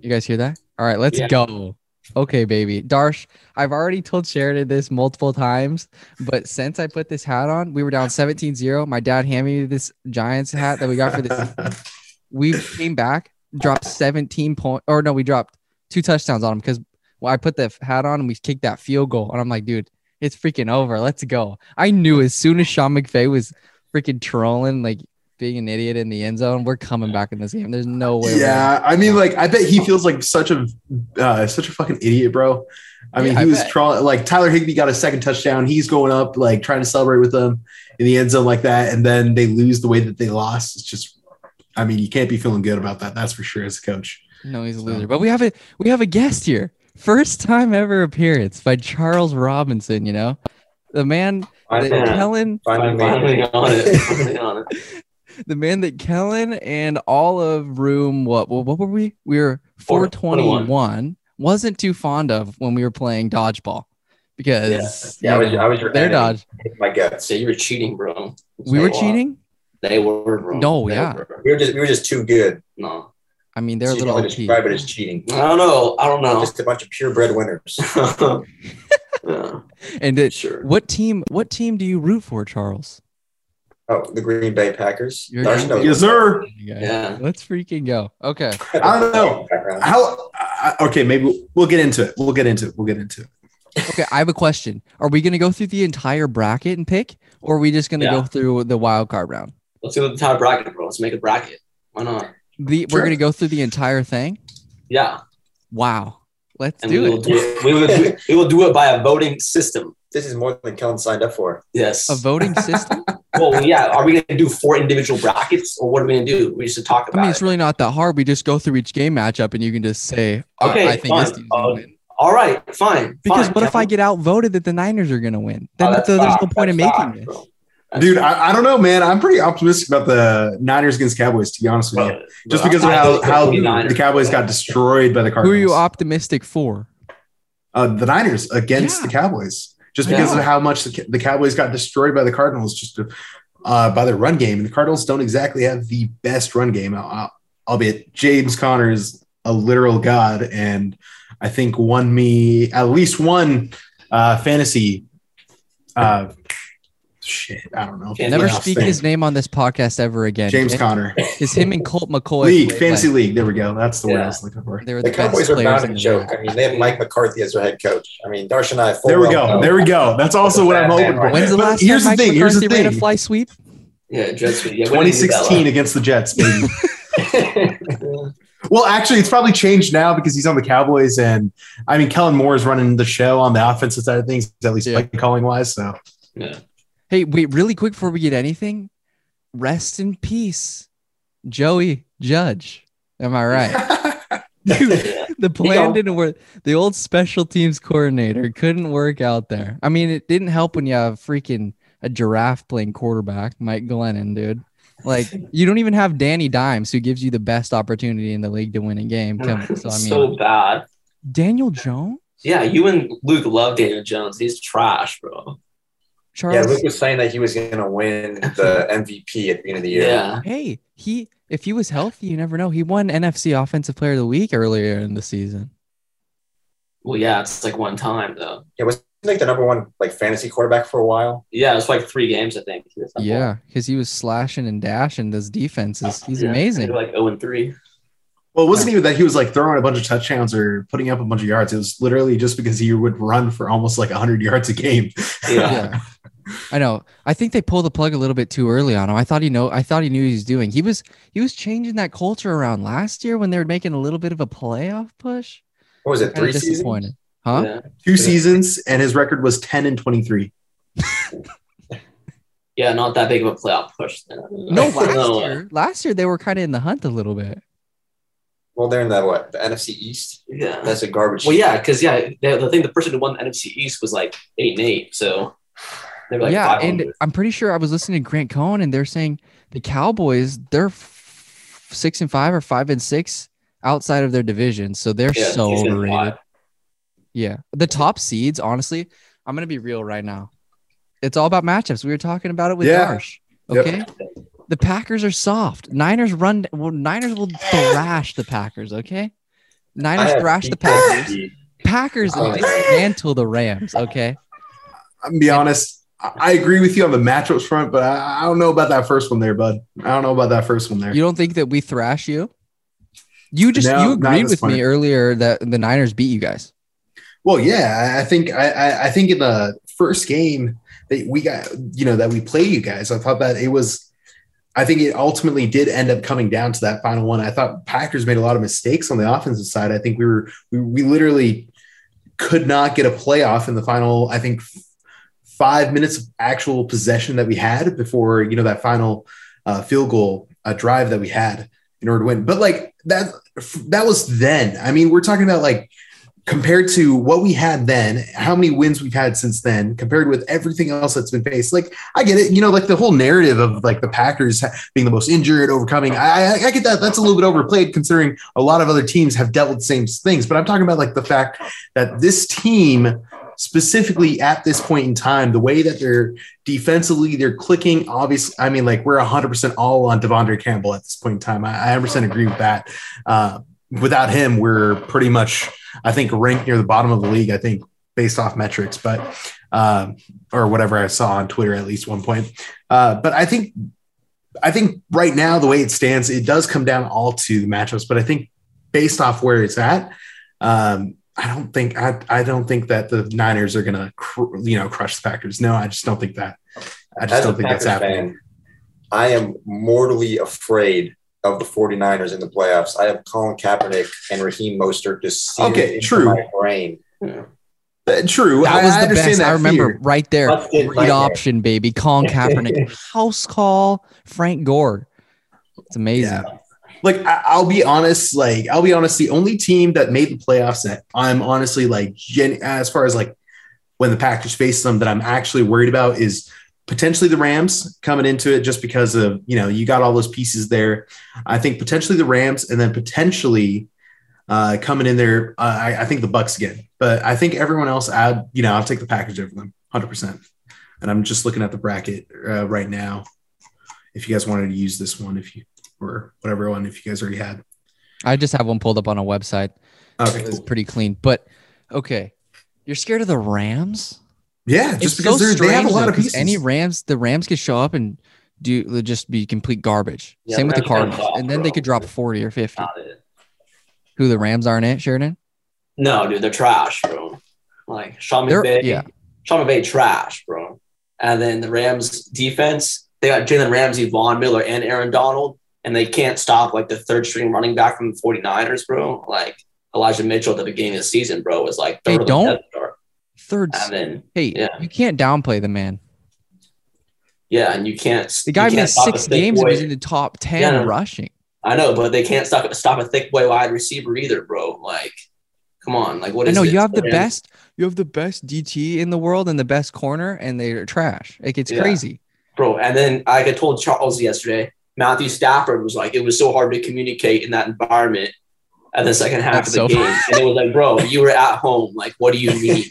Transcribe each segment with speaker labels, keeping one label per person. Speaker 1: You guys hear that? All right, let's
Speaker 2: Yeah.
Speaker 1: go. Okay, baby. Darsh, I've already told Sheridan this multiple times, but since I put this hat on, we were down 17-0. My dad handed me this Giants hat that we got for this. we came back, dropped 17 point or no, we dropped two touchdowns on him because well, I put the f- hat on and we kicked that field goal. And I'm like, dude, it's freaking over. Let's go. I knew as soon as Sean McVay was freaking trolling, like being an idiot in the end zone, we're coming back in this game. There's no way. we're-
Speaker 3: yeah, I mean, like, I bet he feels like such a uh, such a fucking idiot, bro. I mean,
Speaker 1: Yeah, I
Speaker 3: he was
Speaker 1: bet.
Speaker 3: trawling. Like Tyler Higby got a second touchdown. He's going up, like trying to celebrate with them in the end zone like that, and then they lose the way that they lost. It's just, I mean, you can't be feeling good about that. That's for sure as a coach.
Speaker 1: No, he's a
Speaker 3: So-
Speaker 1: loser. But we have a we have a guest here. First time ever appearance by Charles Robinson, you know. The man that
Speaker 2: Finally,
Speaker 1: Kellen,
Speaker 2: finally,
Speaker 4: Finally
Speaker 2: on it. Finally on it.
Speaker 1: the man that Kellen and all of room what what, what were we? We were
Speaker 2: Four-
Speaker 1: 421 wasn't too fond of when we were playing dodgeball because
Speaker 4: Yeah, I was,
Speaker 1: you know,
Speaker 4: I was your
Speaker 1: their
Speaker 4: enemy.
Speaker 1: dodge.
Speaker 4: Hate My guts.
Speaker 2: So you were cheating, bro.
Speaker 1: We were cheating?
Speaker 2: They were, bro.
Speaker 1: No,
Speaker 2: They
Speaker 1: yeah.
Speaker 2: were.
Speaker 4: We were just we were just too good.
Speaker 2: No.
Speaker 1: I mean, they're a
Speaker 4: so you
Speaker 1: little
Speaker 4: can only
Speaker 1: OP.
Speaker 4: describe it as cheating.
Speaker 2: I don't know. I don't know.
Speaker 4: Just a bunch of purebred winners.
Speaker 2: Yeah,
Speaker 1: And it,
Speaker 2: sure.
Speaker 1: what team what team do you root for, Charles?
Speaker 4: Oh, the Green Bay Packers.
Speaker 1: You're
Speaker 4: There's
Speaker 1: Green
Speaker 4: no-
Speaker 3: Yes, sir.
Speaker 2: Yeah.
Speaker 1: Let's freaking go. Okay.
Speaker 3: I don't know.
Speaker 4: Background.
Speaker 3: How? I, I- okay, maybe we'll get into it. We'll get into it. We'll get into it.
Speaker 1: Okay, I have a question. Are we going to go through the entire bracket and pick, or are we just going to go
Speaker 2: Yeah.
Speaker 1: through the wild card round?
Speaker 2: Let's do the top bracket, bro. Let's make a bracket. Why not?
Speaker 1: The
Speaker 3: Sure.
Speaker 1: we're going to go through the entire thing.
Speaker 2: Yeah.
Speaker 1: Wow, let's
Speaker 2: And we
Speaker 1: do
Speaker 2: will
Speaker 1: it.
Speaker 2: do it. We will do, we will do it by a voting system.
Speaker 4: This is more than Kellen signed up for.
Speaker 2: Yes.
Speaker 1: A voting system.
Speaker 2: well, yeah. Are we going to do four individual brackets, or what are we going to do? We should talk
Speaker 1: I
Speaker 2: about
Speaker 1: mean, it's
Speaker 2: it.
Speaker 1: really not that hard. We just go through each game matchup, and you can just say, "I-
Speaker 2: Okay,
Speaker 1: I, think this
Speaker 2: fine.
Speaker 1: team's gonna
Speaker 2: I'll-
Speaker 1: win."
Speaker 2: All right, fine.
Speaker 1: Because
Speaker 2: fine,
Speaker 1: what if I
Speaker 2: Kevin.
Speaker 1: get outvoted that the Niners are going to win?
Speaker 2: Oh,
Speaker 1: Then
Speaker 2: that's
Speaker 1: so there's no
Speaker 2: fine,
Speaker 1: point in
Speaker 2: that's
Speaker 1: making
Speaker 2: fine,
Speaker 1: this.
Speaker 2: bro. That's
Speaker 3: Dude,
Speaker 2: fine.
Speaker 3: I, I don't know, man. I'm pretty optimistic about the Niners against Cowboys, to be honest with you.
Speaker 2: Bro,
Speaker 3: Just
Speaker 2: bro,
Speaker 3: because of
Speaker 2: I
Speaker 3: how,
Speaker 2: think it's
Speaker 3: how
Speaker 2: gonna be Niners.
Speaker 3: the Cowboys got destroyed by the
Speaker 1: Who
Speaker 3: Cardinals.
Speaker 1: are you optimistic for?
Speaker 3: uh, the Niners against
Speaker 1: Yeah.
Speaker 3: the Cowboys, just because
Speaker 2: Yeah.
Speaker 3: of how much the, Ca- the Cowboys got destroyed by the Cardinals, just uh, by their run game. And the Cardinals don't exactly have the best run game, al- al- albeit James Conner is a literal god, and I think won me at least one uh, fantasy. Uh, shit, I don't know.
Speaker 2: Can't
Speaker 1: Never
Speaker 2: Yeah,
Speaker 1: speak
Speaker 3: thing.
Speaker 1: his name on this podcast ever again.
Speaker 3: James
Speaker 1: It-
Speaker 3: Conner.
Speaker 1: It's him and Colt McCoy.
Speaker 3: League,
Speaker 1: played
Speaker 3: fantasy
Speaker 1: like-
Speaker 3: league. There we go. That's the word I
Speaker 2: Yeah.
Speaker 3: was looking for.
Speaker 1: They were the,
Speaker 4: The Cowboys
Speaker 1: best
Speaker 4: are
Speaker 1: players
Speaker 4: bound
Speaker 1: in
Speaker 4: to
Speaker 1: the
Speaker 4: choke.
Speaker 1: league.
Speaker 4: I mean, they have Mike McCarthy as their head coach. I mean, Darsh and I. full
Speaker 3: There we
Speaker 4: well
Speaker 3: go.
Speaker 4: know-
Speaker 3: There we go. That's also what I'm hoping for.
Speaker 1: When's the
Speaker 3: But
Speaker 1: last
Speaker 3: here's
Speaker 1: time
Speaker 3: the
Speaker 1: Mike
Speaker 3: thing. Here's the
Speaker 1: McCarthy ran
Speaker 3: thing.
Speaker 1: a fly sweep?
Speaker 2: yeah, Jets. Yeah, we didn't do that
Speaker 3: 2016 against the Jets, baby.
Speaker 2: last-
Speaker 3: Well, actually, it's probably changed now because he's on the Cowboys, and I mean, Kellen Moore is running the show on the offensive side of things, at least
Speaker 1: Yeah.
Speaker 3: play calling wise. So,
Speaker 2: yeah.
Speaker 1: Hey, wait, really quick before we get anything, rest in peace, Joey Judge. Am I right? Dude,
Speaker 2: yeah.
Speaker 1: the plan
Speaker 2: Yeah.
Speaker 1: didn't work. The old special teams coordinator couldn't work out there. I mean, it didn't help when you have freaking a giraffe playing quarterback, Mike Glennon, dude. Like, you don't even have Danny Dimes, who gives you the best opportunity in the league to win a game. Come- So, I mean,
Speaker 2: so bad.
Speaker 1: Daniel Jones,
Speaker 2: Yeah, you and Luke love Daniel Jones. He's trash, bro.
Speaker 1: Charles.
Speaker 4: Yeah, Luke was saying that he was going to win the MVP at the end of the year.
Speaker 2: Yeah.
Speaker 1: Hey, he if he was healthy, you never know. He won NFC Offensive Player of the Week earlier in the season.
Speaker 2: Well, yeah, it's like one time though.
Speaker 4: Yeah, wasn't he, like the number one like fantasy quarterback for a while.
Speaker 2: Yeah, it's like three games, I think.
Speaker 1: Yeah, because he was slashing and dashing those defenses. He's
Speaker 2: Yeah,
Speaker 1: amazing.
Speaker 2: they were Like zero and three.
Speaker 3: well, it wasn't even that he was like throwing a bunch of touchdowns or putting up a bunch of yards. It was literally just because he would run for almost like 100 yards a game.
Speaker 2: Yeah.
Speaker 1: Yeah. I know. I think they pulled the plug a little bit too early on him. I thought he know I thought he knew what he was doing. He was he was changing that culture around last year when they were making a little bit of a playoff push.
Speaker 4: What was it?
Speaker 1: Kinda
Speaker 4: Three seasons.
Speaker 1: disappointed. Huh?
Speaker 2: Yeah.
Speaker 3: Two seasons, and his record was 10 and 23.
Speaker 2: Yeah, not that big of a playoff push. Then.
Speaker 1: No, last year. Last year they were kind of in the hunt a little bit.
Speaker 4: Well, they're in the what? The NFC East.
Speaker 2: Yeah.
Speaker 4: That's a garbage.
Speaker 2: Well, yeah, because yeah, the, the thing the person who won the NFC East was like eight and eight, so they were like
Speaker 1: yeah,
Speaker 2: five
Speaker 1: and
Speaker 2: hundred.
Speaker 1: I'm pretty sure I was listening to Grant Cohen, and they're saying the Cowboys they're f- six and five or five and six outside of their division, so they're
Speaker 2: Yeah,
Speaker 1: so
Speaker 2: six and
Speaker 1: overrated.
Speaker 2: five.
Speaker 1: Yeah, the top seeds, honestly, I'm gonna be real right now. It's all about matchups. We were talking about it with
Speaker 3: Yeah.
Speaker 1: Darsh.
Speaker 3: Yep.
Speaker 1: Okay, the Packers are soft. Niners run. Well, Niners will thrash the Packers. Okay, Niners thrashed the Packers. Packers
Speaker 2: Oh,
Speaker 1: like,
Speaker 2: yeah.
Speaker 1: mantle the Rams. Okay,
Speaker 3: I'm gonna be honest. I I agree with you on the matchups front, but I, I don't know about that first one there, bud. I don't know about that first one there.
Speaker 1: you don't think that we thrash you? You just
Speaker 3: No,
Speaker 1: you
Speaker 3: not at
Speaker 1: agreed
Speaker 3: this
Speaker 1: with
Speaker 3: point.
Speaker 1: me earlier that the Niners beat you guys.
Speaker 3: Well, yeah, I- I think I, I, I think in the first game that we got, you know, that we play you guys, I thought that it was. I think it ultimately did end up coming down to that final one. I thought Packers made a lot of mistakes on the offensive side. I think we were we, we literally could not get a playoff in the final. I think f- five minutes of actual possession that we had before you know that final uh, field goal uh, drive that we had in order to win. But like that that was then. I mean, we're talking about like compared to what we had then, how many wins we've had since then, compared with everything else that's been faced. Like, I get it, you know, like the whole narrative of like the Packers ha- being the most injured, overcoming. I, I, I get that. That's a little bit overplayed considering a lot of other teams have dealt with the same things. But I'm talking about like the fact that this team, specifically at this point in time, the way that they're defensively, they're clicking. Obviously, I mean, like we're 100% all on Devondre Campbell at this point in time. I, I 100% agree with that. Uh, without him, we're pretty much I think ranked near the bottom of the league. I think based off metrics, but um, or whatever I saw on Twitter at least one point. Uh, but I think I think right now the way it stands, it does come down all to the matchups. But I think based off where it's at, um, I don't think I, I don't think that the Niners are gonna cr- you know crush the Packers. No, I just don't think that. I just
Speaker 4: As a
Speaker 3: don't think
Speaker 4: Packers
Speaker 3: that's happening.
Speaker 4: fan, I am mortally afraid of the 49ers in the playoffs. I have Colin Kaepernick and Raheem Mostert just seared
Speaker 3: Okay,
Speaker 4: into
Speaker 3: true.
Speaker 4: my brain.
Speaker 3: Uh, true,
Speaker 1: That
Speaker 3: I,
Speaker 1: was
Speaker 3: I
Speaker 1: the
Speaker 3: understand
Speaker 1: best.
Speaker 3: that
Speaker 1: I remember
Speaker 3: fear.
Speaker 1: right there.
Speaker 2: That's it
Speaker 4: right
Speaker 1: Read
Speaker 4: there.
Speaker 1: option, baby. Colin Kaepernick. House call Frank Gore. It's amazing.
Speaker 3: like I- I'll be honest, like I'll be honest, the only team that made the playoffs that I'm honestly like gen- as far as like when the Packers face them that I'm actually worried about is potentially the Rams coming into it just because of you know you got all those pieces there. I think potentially the Rams and then potentially uh, coming in there, uh, I, I think the Bucks again, but I think everyone else, I you know I'll take the package over them 100. percent And I'm just looking at the bracket uh, right now. If you guys wanted to use this one, if you or whatever one if you guys already had.
Speaker 1: I just have one pulled up on a website.
Speaker 3: Okay,
Speaker 1: It's
Speaker 3: cool.
Speaker 1: pretty clean. But okay, you're scared of the Rams?
Speaker 3: Yeah, just
Speaker 1: it's
Speaker 3: because
Speaker 1: so
Speaker 3: they're
Speaker 1: strange,
Speaker 3: they have a
Speaker 1: though,
Speaker 3: lot of
Speaker 1: 'cause
Speaker 3: pieces.
Speaker 1: Any Rams, the Rams could show up and do just be complete garbage.
Speaker 2: Yeah,
Speaker 1: Same with the
Speaker 2: Rams kinda
Speaker 1: Cardinals,
Speaker 2: ball,
Speaker 1: and then they
Speaker 2: bro.
Speaker 1: could drop forty or fifty.
Speaker 2: Not it.
Speaker 1: Who the Rams aren't it, Sheridan?
Speaker 2: No, dude, they're trash, bro. Like Sean
Speaker 1: They're-
Speaker 2: McVay,
Speaker 1: yeah.
Speaker 2: Sean McVay, trash, bro. And then the Rams defense, they got Jalen Ramsey, Vaughn Miller, and Aaron Donald, and they can't stop like the third string running back from the 49ers, bro. Like Elijah Mitchell at the beginning of the season, bro, was like
Speaker 1: They
Speaker 2: third on the
Speaker 1: don't?
Speaker 2: depth chart.
Speaker 1: Third.
Speaker 2: And then
Speaker 1: hey,
Speaker 2: yeah.
Speaker 1: you can't downplay the man.
Speaker 2: yeah, and you can't.
Speaker 1: The guy
Speaker 2: you can't
Speaker 1: missed
Speaker 2: stop a
Speaker 1: six
Speaker 2: thick
Speaker 1: games and
Speaker 2: boy.
Speaker 1: was in the top ten
Speaker 2: Yeah.
Speaker 1: rushing.
Speaker 2: I know, but they can't stop stop a thick boy wide receiver either, bro. Like, come on, like what
Speaker 1: I
Speaker 2: is
Speaker 1: know
Speaker 2: this?
Speaker 1: you have the
Speaker 2: Rams-
Speaker 1: best. You have the best DT in the world and the best corner, and they're trash. Like it's
Speaker 2: Yeah.
Speaker 1: crazy.
Speaker 2: bro. And then like I told Charles yesterday, Matthew Stafford was like, it was so hard to communicate in that environment at the second half
Speaker 1: That's so-
Speaker 2: of the game. And it was like, bro, you were at home. Like, what do you need?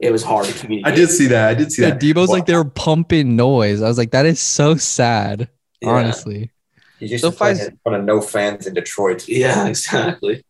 Speaker 2: it was hard to
Speaker 3: I
Speaker 2: communicate.
Speaker 3: did see that. I did see
Speaker 1: Yeah,
Speaker 3: that.
Speaker 1: Debo's
Speaker 3: Well-
Speaker 1: like they're pumping noise. I was like, that is so sad.
Speaker 2: yeah.
Speaker 1: Honestly,
Speaker 4: He used
Speaker 1: So
Speaker 4: to play
Speaker 1: far-
Speaker 4: in front of no fans in Detroit.
Speaker 2: Yeah, exactly.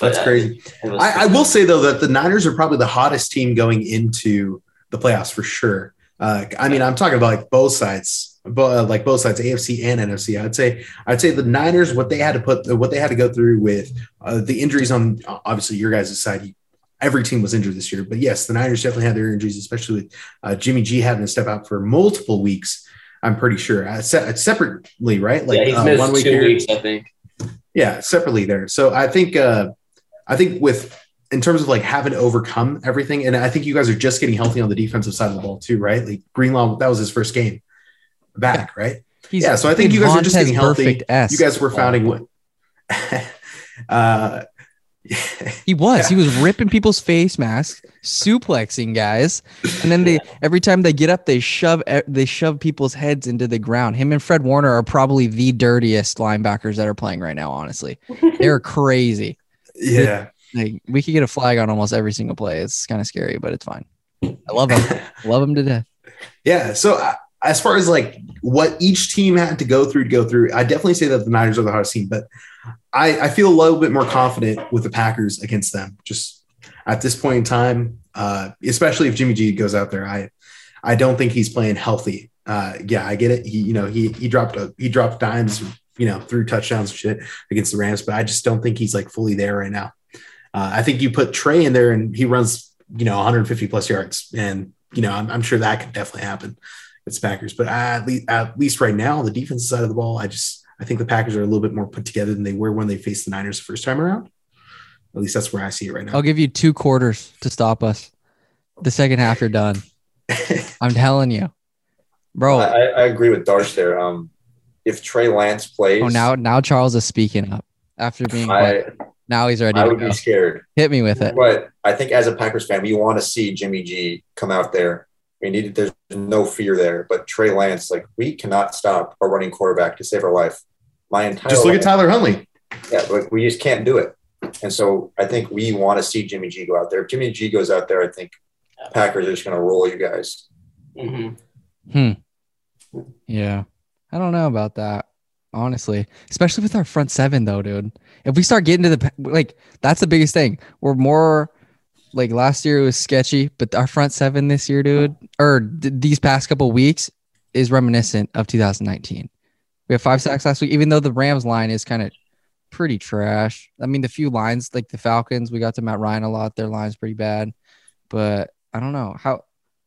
Speaker 2: But,
Speaker 3: That's
Speaker 2: uh,
Speaker 3: crazy.
Speaker 2: it was-
Speaker 3: I, I will say though that the Niners are probably the hottest team going into the playoffs for sure. Uh, I mean, I'm talking about like both sides, bo- uh, like both sides, AFC and NFC. I'd say, I'd say the Niners, what they had to put, what they had to go through with uh, the injuries on obviously your guys' side. Every team was injured this year, but yes, the Niners definitely had their injuries, especially with uh, Jimmy G having to step out for multiple weeks. I'm pretty sure uh, se- separately, right?
Speaker 2: yeah, he's
Speaker 3: uh,
Speaker 2: missed two
Speaker 3: here,
Speaker 2: weeks, I think.
Speaker 3: yeah separately there so i think uh i think with in terms of like having to overcome everything and i think you guys are just getting healthy on the defensive side of the ball too right like greenlaw that was his first game back right
Speaker 1: he's
Speaker 3: Yeah, so I think you guys are just getting healthy.
Speaker 1: S.
Speaker 3: you guys were founding what uh
Speaker 1: He was.
Speaker 3: Yeah.
Speaker 1: He was ripping people's face masks, suplexing guys, and then they every time they get up, they shove e, they shove people's heads into the ground. Him and Fred Warner are probably the dirtiest linebackers that are playing right now. Honestly, they're crazy.
Speaker 3: yeah
Speaker 1: Like we could get a flag on almost every single play. It's kind of scary, but it's fine. I love him. Love him to death.
Speaker 3: yeah so I, as far as like what each team had to go through to go through, I definitely say that the Niners are the hardest team, but I, I feel a little bit more confident with the Packers against them. Just at this point in time, uh, especially if Jimmy G goes out there, I I don't think he's playing healthy. Uh, yeah, I get it. He you know he he dropped a he dropped dimes you know through touchdowns and shit against the Rams, but I just don't think he's like fully there right now. Uh, I think you put Trey in there and he runs you know 150 plus yards, and you know I'm, I'm sure that could definitely happen it's Packers. But at least at least right now, the defensive side of the ball, I just I think the Packers are a little bit more put together than they were when they faced the Niners the first time around. At least that's where I see it right now.
Speaker 1: I'll give you two quarters to stop us. The second half, you're done. I'm telling you, bro.
Speaker 4: I, I agree with Darsh there. Um, if Trey Lance plays,
Speaker 1: Oh, now now Charles is speaking up after being.
Speaker 4: I,
Speaker 1: quiet. now he's ready.
Speaker 4: I
Speaker 1: To
Speaker 4: would
Speaker 1: go.
Speaker 4: be scared.
Speaker 1: Hit me with it.
Speaker 4: But I think as a Packers fan, we want to see Jimmy G come out there. We need there's no fear there. But Trey Lance, like we cannot stop our running quarterback to save our life. My entire
Speaker 3: Just look at
Speaker 4: life,
Speaker 3: Tyler Huntley.
Speaker 4: yeah, like we just can't do it. And so I think we want to see Jimmy G go out there. If Jimmy G goes out there, I think Packers are just going to roll you guys.
Speaker 2: hmm
Speaker 1: Yeah, I don't know about that. Honestly, especially with our front seven, though, dude. If we start getting to the pa- like, that's the biggest thing. We're more like last year it was sketchy, but our front seven this year, dude, or th- these past couple weeks is reminiscent of 2019. We have five sacks last week, even though the Rams line is kind of pretty trash. I mean, the few lines like the Falcons, we got to Matt Ryan a lot. Their line's pretty bad, but I don't know how.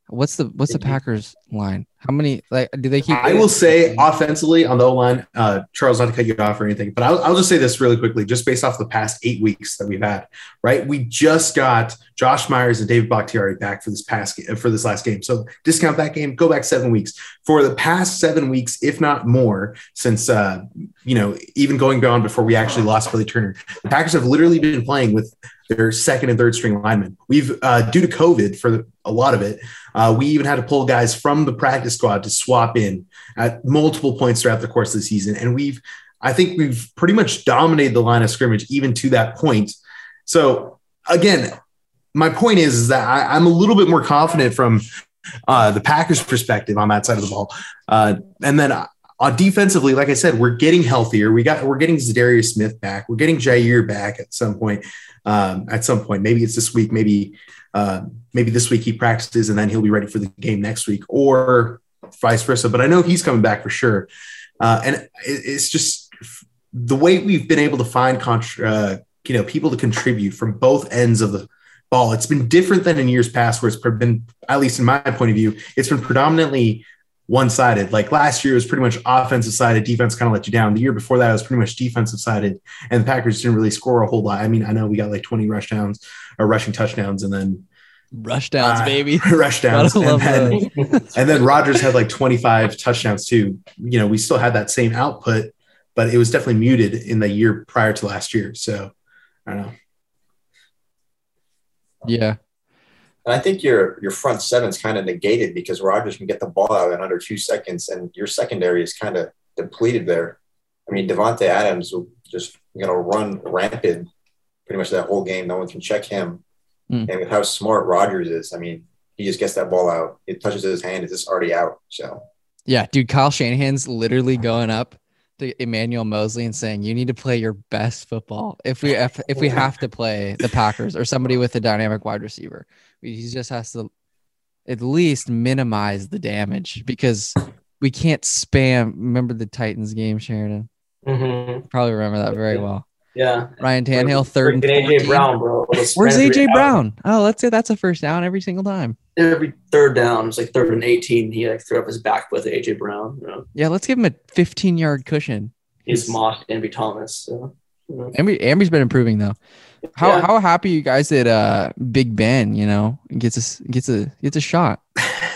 Speaker 1: What's the what's the
Speaker 4: Thank you.
Speaker 1: Packers line? How many like do they keep?
Speaker 3: I will say offensively on the O line, uh, Charles, not to cut you off or anything, but I'll, I'll just say this really quickly, just based off the past eight weeks that we've had. Right, we just got Josh Myers and David Bakhtiari back for this past ga- for this last game. So discount that game, go back seven weeks. For the past seven weeks, if not more, since uh, you know even going beyond before we actually lost Billy Turner, the Packers have literally been playing with their second and third string linemen. We've uh, due to COVID for the, a lot of it, uh, we even had to pull guys from the practice squad to swap in at multiple points throughout the course of the season. And we've, I think we've pretty much dominated the line of scrimmage even to that point. So again, my point is, is that I, I'm a little bit more confident from uh, the Packers' perspective on that side of the ball. Uh, and then uh, on defensively, like I said, we're getting healthier. We got we're getting Zadarius Smith back. We're getting Jair back at some point. Um, at some point, maybe it's this week. Maybe uh, maybe this week he practices and then he'll be ready for the game next week, or vice versa. But I know he's coming back for sure. Uh, and it, it's just the way we've been able to find contr uh, you know people to contribute from both ends of the ball. It's been different than in years past, where it's pre- been at least in my point of view, it's been predominantly one sided. Like last year, it was pretty much offensive sided. Defense kind of let you down. The year before that, it was pretty much defensive sided, and the Packers didn't really score a whole lot. I mean, I know we got like twenty rush downs or rushing touchdowns, and then
Speaker 1: Rushdowns,
Speaker 3: Ah.
Speaker 1: baby.
Speaker 3: rush downs,
Speaker 1: Gotta love
Speaker 3: and then
Speaker 1: those.
Speaker 3: and then Rodgers had like 25 touchdowns too. You know, we still had that same output, but it was definitely muted in the year prior to last year. So I don't know.
Speaker 1: Yeah.
Speaker 4: And I think your your front seven's kind of negated because Rodgers can get the ball out in under two seconds, and your secondary is kind of depleted there. I mean, Devonte Adams will just you know run rampant pretty much that whole game. No one can check him.
Speaker 1: Mm.
Speaker 4: And with how smart Rodgers is, I mean, he just gets that ball out. It touches his hand; it's just already out. So
Speaker 1: Yeah, dude, Kyle Shanahan's literally going up to Emmanuel Mosley and saying, "You need to play your best football if we if, if we have to play the Packers or somebody with a dynamic wide receiver. He just has to at least minimize the damage because we can't spam. Remember the Titans game, Sheridan?
Speaker 2: hmm
Speaker 1: Probably remember that very well.
Speaker 2: Yeah.
Speaker 1: Ryan Tannehill, third and
Speaker 2: Freaking AJ
Speaker 1: 14.
Speaker 2: Brown, bro. Let's
Speaker 1: Where's
Speaker 2: spread it
Speaker 1: AJ
Speaker 2: out.
Speaker 1: Brown? Oh, let's say that's a first down every single time.
Speaker 2: Every third down, it's like third and eighteen. He like threw up his back with AJ Brown. You know?
Speaker 1: Yeah, let's give him a 15 yard cushion.
Speaker 2: He's mocked Envy Thomas. So. you know.
Speaker 1: Amby, Amby's been improving though. How
Speaker 2: Yeah.
Speaker 1: how happy you guys that uh Big Ben, you know, gets a s- gets a gets a shot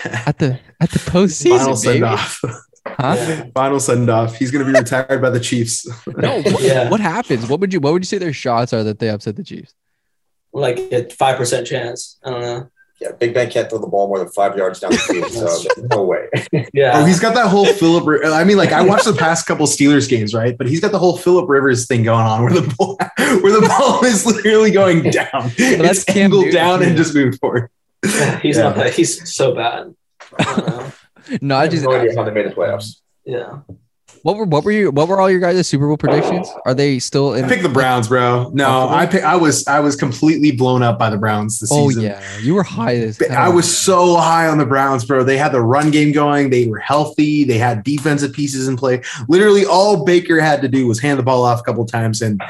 Speaker 1: at the at the
Speaker 3: Final
Speaker 1: postseason,
Speaker 3: send
Speaker 1: baby.
Speaker 3: off.
Speaker 1: Huh?
Speaker 2: Yeah.
Speaker 3: Final send off. He's going to be retired by the Chiefs.
Speaker 1: No, what,
Speaker 2: Yeah.
Speaker 1: what happens? What would you what would you say their shots are that they upset the Chiefs?
Speaker 2: Like a five percent chance. I don't know.
Speaker 4: yeah, Big Ben can't throw the ball more than five yards down the field. so there's no way.
Speaker 2: Yeah.
Speaker 3: Oh, he's got that whole Philip. Ri- I mean, like I watched the past couple Steelers games, right? But he's got the whole Philip Rivers thing going on, where the ball, where the ball is literally going down.
Speaker 1: that's
Speaker 3: it's
Speaker 1: Cam
Speaker 3: angled
Speaker 1: Newton,
Speaker 3: down and
Speaker 1: too.
Speaker 3: just moved forward.
Speaker 2: he's
Speaker 3: Yeah.
Speaker 2: not. He's so bad. I don't know.
Speaker 4: I
Speaker 1: Not
Speaker 4: have
Speaker 1: just
Speaker 4: no idea how they made the playoffs.
Speaker 2: Yeah.
Speaker 1: what were what were you what were all your guys' Super Bowl predictions? Are they still
Speaker 3: I
Speaker 1: in?
Speaker 3: picked the Browns, bro. No, I pick, I was I was completely blown up by the Browns this
Speaker 1: oh
Speaker 3: season.
Speaker 1: yeah, you were high this.
Speaker 3: But I was so high on the Browns, bro. They had the run game going. They were healthy. They had defensive pieces in play. Literally, all Baker had to do was hand the ball off a couple times. And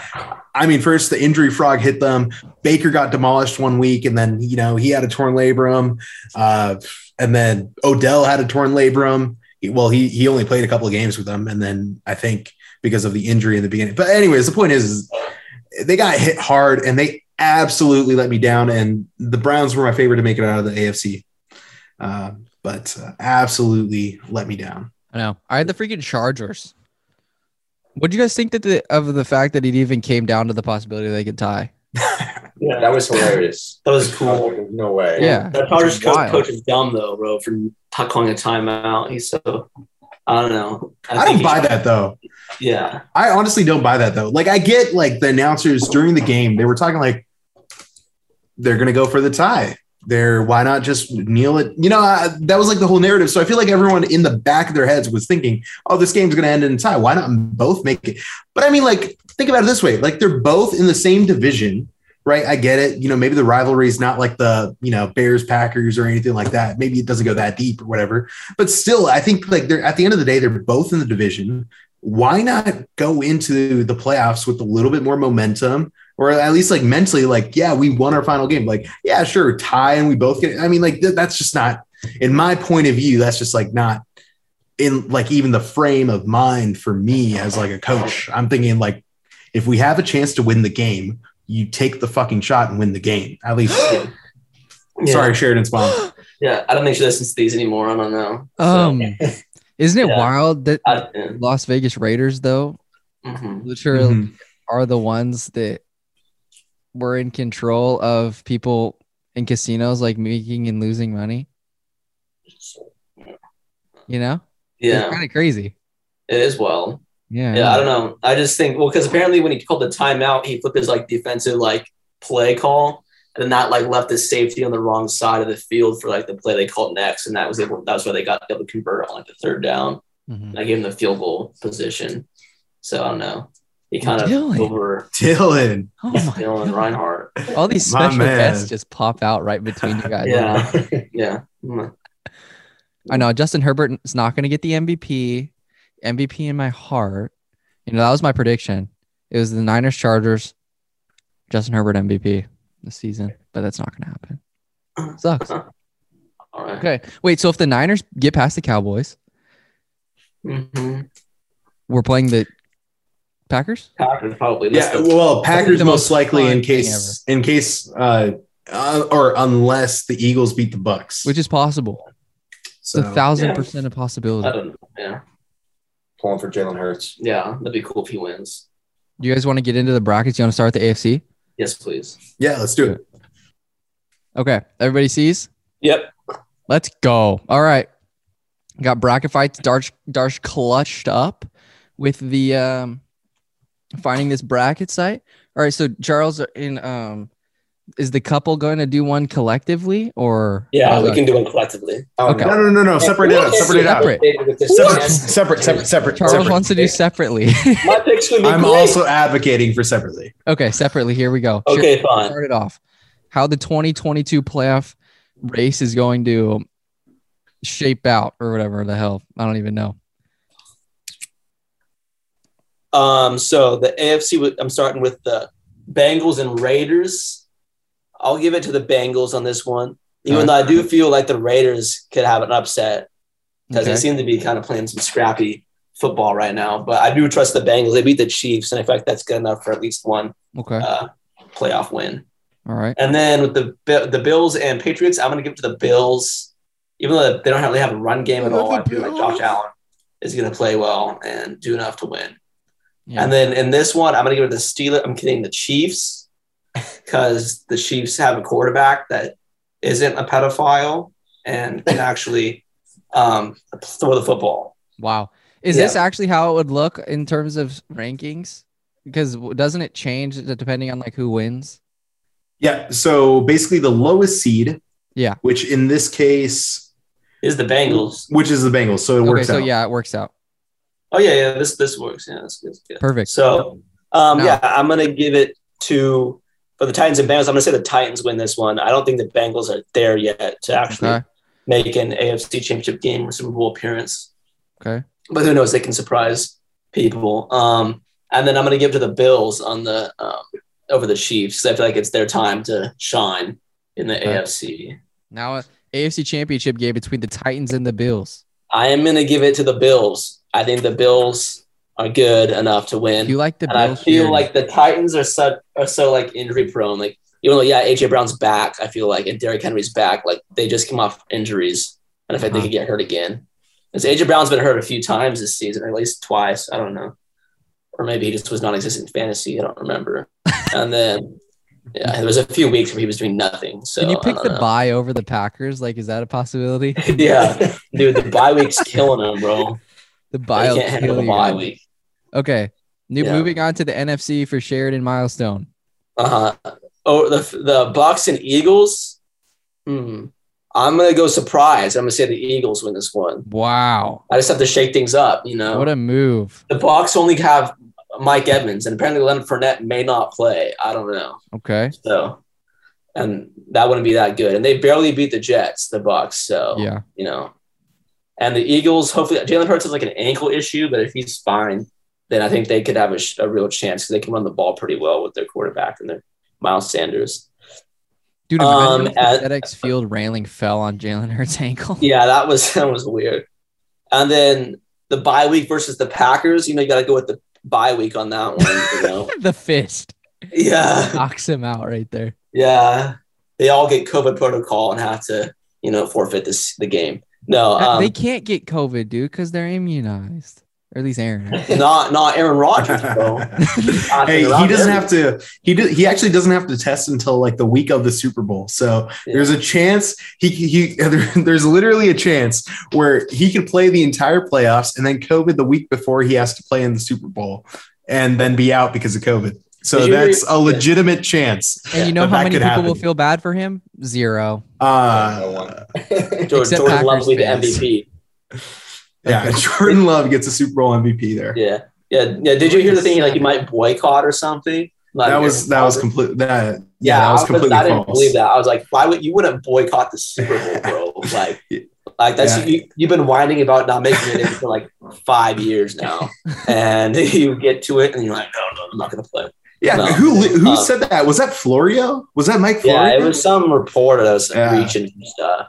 Speaker 3: I mean, first the injury frog hit them. Baker got demolished one week, and then you know he had a torn labrum. Uh, and then Odell had a torn labrum. He- Well, he he only played a couple of games with them, and then I think because of the injury in the beginning. But anyways, the point is, is they got hit hard and they absolutely let me down. And the Browns were my favorite to make it out of the AFC, uh, but uh, absolutely let me down.
Speaker 1: I know. I had the freaking Chargers. What do you guys think that the, of the fact that it even came down to the possibility they could tie?
Speaker 2: Yeah. That
Speaker 4: That was hilarious.
Speaker 2: that was cool.
Speaker 4: No way.
Speaker 1: Yeah.
Speaker 2: That Chargers coach,
Speaker 1: Wild.
Speaker 2: coach is dumb though, bro, for not calling a timeout. He's so I don't know.
Speaker 3: I
Speaker 2: think
Speaker 3: don't
Speaker 2: he-
Speaker 3: buy that though.
Speaker 2: Yeah,
Speaker 3: I honestly don't buy that though. Like I get like the announcers during the game, they were talking like they're gonna go for the tie. They're why not just kneel it? You know I, that was like the whole narrative. So I feel like everyone in the back of their heads was thinking, "Oh, this game's gonna end in a tie. Why not both make it?" But I mean, like think about it this way: like they're both in the same division, right? I get it. You know, maybe the rivalry is not like the you know Bears Packers or anything like that. Maybe it doesn't go that deep or whatever. But still, I think like they're at the end of the day, they're both in the division why not go into the playoffs with a little bit more momentum or at least like mentally like yeah we won our final game like yeah sure tie and we both get i mean like th- that's just not in my point of view that's just like not in like even the frame of mind for me as like a coach i'm thinking like if we have a chance to win the game you take the fucking shot and win the game at least
Speaker 2: yeah.
Speaker 3: sorry sheridan's mom
Speaker 2: Yeah, I don't think she listens to these anymore. I don't know. So,
Speaker 1: Um, isn't it
Speaker 2: Yeah.
Speaker 1: wild that
Speaker 2: I- mm-hmm. yeah.
Speaker 1: Las Vegas Raiders though
Speaker 2: Mhm.
Speaker 1: literally
Speaker 3: Mm-hmm.
Speaker 1: are the ones that were in control of people in casinos like making and losing money? You know, it's
Speaker 2: yeah,
Speaker 1: kind of crazy.
Speaker 2: it is wild.
Speaker 1: Yeah,
Speaker 2: Yeah, I don't know. I just think well, because apparently when he called the timeout, he flipped his like defensive like play call, and then that like left his safety on the wrong side of the field for like the play they called next, and that was able. That was where they got able to convert on like the third down.
Speaker 1: Mhm.
Speaker 2: And I gave him the field goal position. So I don't know. He kind of
Speaker 1: Really?
Speaker 2: over
Speaker 3: dylan
Speaker 1: Oh my
Speaker 2: Dylan
Speaker 1: God.
Speaker 2: Reinhardt.
Speaker 1: All these
Speaker 3: My
Speaker 1: special
Speaker 3: man.
Speaker 1: guests just pop out right between you guys.
Speaker 2: Yeah, yeah. Mm.
Speaker 1: I know Justin Herbert is not going to get the MVP. MVP in my heart. You know, that was my prediction. It was the Niners Chargers, Justin Herbert MVP this season, but that's not going to happen. Sucks.
Speaker 2: All right.
Speaker 1: Okay. Wait, so if the Niners get past the Cowboys,
Speaker 2: Mm-hmm.
Speaker 1: we're playing the Packers?
Speaker 2: Packers probably. That's
Speaker 3: Yeah,
Speaker 2: the-
Speaker 3: well, Packers
Speaker 1: the
Speaker 3: most
Speaker 1: most
Speaker 3: likely in
Speaker 1: fun thing
Speaker 3: case in case uh, uh or unless the Eagles beat the Bucks,
Speaker 1: Which is possible. It's
Speaker 3: so
Speaker 1: a thousand
Speaker 2: yeah.
Speaker 1: percent a
Speaker 2: I
Speaker 1: possibility.
Speaker 2: don't know. Yeah,
Speaker 4: Pulling for Jalen Hurts.
Speaker 2: yeah. That'd be cool if he wins.
Speaker 1: Do you guys want to get into the brackets? You want to start with the AFC?
Speaker 2: Yes, please.
Speaker 3: yeah, let's do it.
Speaker 1: Okay. Everybody sees?
Speaker 2: Yep.
Speaker 1: Let's go. All right. Got bracket fights. Darsh Darsh clutched up with the um finding this bracket site. All right, so Charles in um is the couple going to do one collectively or
Speaker 2: Yeah, we
Speaker 1: Okay.
Speaker 2: can do it collectively.
Speaker 4: Oh,
Speaker 1: Okay.
Speaker 4: no.
Speaker 3: No, no, no, no, separate it out, separate it out,
Speaker 1: Separate.
Speaker 4: With this
Speaker 3: separate,
Speaker 4: chance,
Speaker 3: separate, separate, separate.
Speaker 1: Charles
Speaker 3: separate.
Speaker 1: wants to do separately.
Speaker 2: My picks would be
Speaker 3: I'm
Speaker 2: great.
Speaker 3: also advocating for separately.
Speaker 1: okay, separately. Here we go. Sure,
Speaker 2: okay. Fine.
Speaker 1: start it off. How the 2022 playoff race is going to shape out or whatever the hell. I don't even know.
Speaker 2: Um, so the AFC. would- I'm starting with the Bengals and Raiders. I'll give it to the Bengals on this one, even
Speaker 1: Alright.
Speaker 2: though I do feel like the Raiders could have an upset. because
Speaker 1: Okay.
Speaker 2: they seem to be kind of playing some scrappy football right now. But I do trust the Bengals. They beat the Chiefs, and I feel like that's good enough for at least one
Speaker 1: Okay.
Speaker 2: uh, playoff win.
Speaker 1: All right.
Speaker 2: And then with the Bi- the Bills and Patriots, I'm going to give it to the Bills, even though they don't really have a run game at all. I feel like Josh Allen is going to play well and do enough to win.
Speaker 1: Yeah.
Speaker 2: And then in this one, I'm going to give it to the Steelers. I'm kidding, the Chiefs, because the Chiefs have a quarterback that isn't a pedophile and can actually um, throw the football.
Speaker 1: Wow. Is
Speaker 2: Yeah.
Speaker 1: this actually how it would look in terms of rankings? Because w- doesn't it change d- depending on like who wins?
Speaker 3: Yeah, so basically the lowest seed,
Speaker 1: Yeah.
Speaker 3: which in this case
Speaker 2: is the Bengals.
Speaker 3: which is the Bengals. So it
Speaker 1: Okay,
Speaker 3: works
Speaker 1: so
Speaker 3: out.
Speaker 1: yeah, it works out.
Speaker 2: Oh yeah, yeah. This this works. Yeah, that's good. Yeah.
Speaker 1: Perfect.
Speaker 2: So, um,
Speaker 1: No.
Speaker 2: yeah, I'm gonna give it to for the Titans and Bengals. I'm gonna say the Titans win this one. I don't think the Bengals are there yet to actually
Speaker 1: Okay.
Speaker 2: make an AFC Championship game or Super Bowl appearance.
Speaker 1: Okay.
Speaker 2: But who knows? They can surprise people. Um, and then I'm gonna give to the Bills on the um, over the Chiefs. I feel like it's their time to shine in the
Speaker 1: Okay.
Speaker 2: AFC.
Speaker 1: Now, uh, a AFC Championship game between the Titans and the Bills.
Speaker 2: I am gonna give it to the Bills. I think the Bills are good enough to win.
Speaker 1: Do you like the
Speaker 2: and I
Speaker 1: Bills?
Speaker 2: feel
Speaker 1: cheering?
Speaker 2: like the Titans are so are so like injury prone. Like even though yeah, AJ Brown's back, I feel like and Derrick Henry's back. Like they just came off injuries, and I think they
Speaker 1: Uh-huh.
Speaker 2: could get hurt again. Because AJ Brown's been hurt a few times this season, or at least twice. I don't know, or maybe he just was non-existent in fantasy. I don't remember. and then yeah, there was a few weeks where he was doing nothing. So
Speaker 1: Can you
Speaker 2: I
Speaker 1: pick
Speaker 2: don't
Speaker 1: the
Speaker 2: know.
Speaker 1: bye over the Packers? Like, is that a possibility?
Speaker 2: yeah, dude, the bye week's killing him, bro.
Speaker 1: The
Speaker 2: He
Speaker 1: bye. will
Speaker 2: can't handle
Speaker 1: kill
Speaker 2: the
Speaker 1: you.
Speaker 2: bye week.
Speaker 1: Okay. New,
Speaker 2: Yeah.
Speaker 1: Moving on to the NFC for Sheridan Milestone.
Speaker 2: Uh huh. Oh, the the Bucks and Eagles. Hmm. I'm gonna go surprise. I'm gonna say the Eagles win this one.
Speaker 1: Wow.
Speaker 2: I just have to shake things up, you know.
Speaker 1: What a move.
Speaker 2: the Bucks only have Mike Edmonds, and apparently Leonard Fournette may not play. I don't know.
Speaker 1: Okay.
Speaker 2: So, and that wouldn't be that good. And they barely beat the Jets, the Bucks. So
Speaker 1: Yeah.
Speaker 2: you know. And the Eagles, hopefully, Jalen Hurts has like an ankle issue, but if he's fine, then I think they could have a, sh- a real chance because they can run the ball pretty well with their quarterback and their Miles Sanders.
Speaker 1: Dude, imagine
Speaker 2: Um,
Speaker 1: if
Speaker 2: at-
Speaker 1: the FedEx Field railing fell on Jalen Hurts' ankle.
Speaker 2: Yeah, that was that was weird. And then the bye week versus the Packers, you know, you got to go with the bye week on that one. You know,
Speaker 1: the fist
Speaker 2: yeah,
Speaker 1: knocks him out right there.
Speaker 2: yeah. They all get COVID protocol and have to, you know, forfeit this the game. No,
Speaker 1: they
Speaker 2: um,
Speaker 1: can't get COVID, dude, because they're immunized. Or at least Aaron. is.
Speaker 2: not not Aaron Rodgers though. Not
Speaker 3: hey,
Speaker 2: Aaron
Speaker 3: he
Speaker 2: Rodgers.
Speaker 3: doesn't have to. He do, he actually doesn't have to test until like the week of the Super Bowl. So
Speaker 2: Yeah.
Speaker 3: there's a chance he he there- there's literally a chance where he could play the entire playoffs and then COVID the week before he has to play in the Super Bowl and then be out because of COVID. So
Speaker 2: Did you
Speaker 3: that's
Speaker 2: hear-
Speaker 3: a legitimate chance.
Speaker 1: And you know
Speaker 3: But
Speaker 1: how
Speaker 3: that
Speaker 1: many
Speaker 3: could
Speaker 1: people will
Speaker 3: happen.
Speaker 1: feel bad for him? Zero.
Speaker 4: No
Speaker 3: Uh,
Speaker 4: one.
Speaker 2: George,
Speaker 1: Except
Speaker 2: Jordan Love
Speaker 1: Packers
Speaker 2: will be the
Speaker 1: fans.
Speaker 2: MVP.
Speaker 3: yeah, Jordan Love gets a Super Bowl MVP there.
Speaker 2: Yeah, yeah, yeah. Did you hear the thing like you might boycott or something? Like,
Speaker 3: That was that was complete. That yeah, that
Speaker 2: I
Speaker 3: was completely
Speaker 2: I didn't
Speaker 3: false.
Speaker 2: believe that. I was like, why would you wouldn't boycott the Super Bowl, bro? Like, like that's
Speaker 3: Yeah.
Speaker 2: you, you've been whining about not making it in for like five years now, and you get to it and you're like, no, no, I'm not gonna play.
Speaker 3: Yeah,
Speaker 2: No.
Speaker 3: who who
Speaker 2: Um,
Speaker 3: said that? Was that Florio? Was that Mike Florio?
Speaker 2: Yeah, it was some reporter that was
Speaker 3: Yeah.
Speaker 2: reaching and stuff.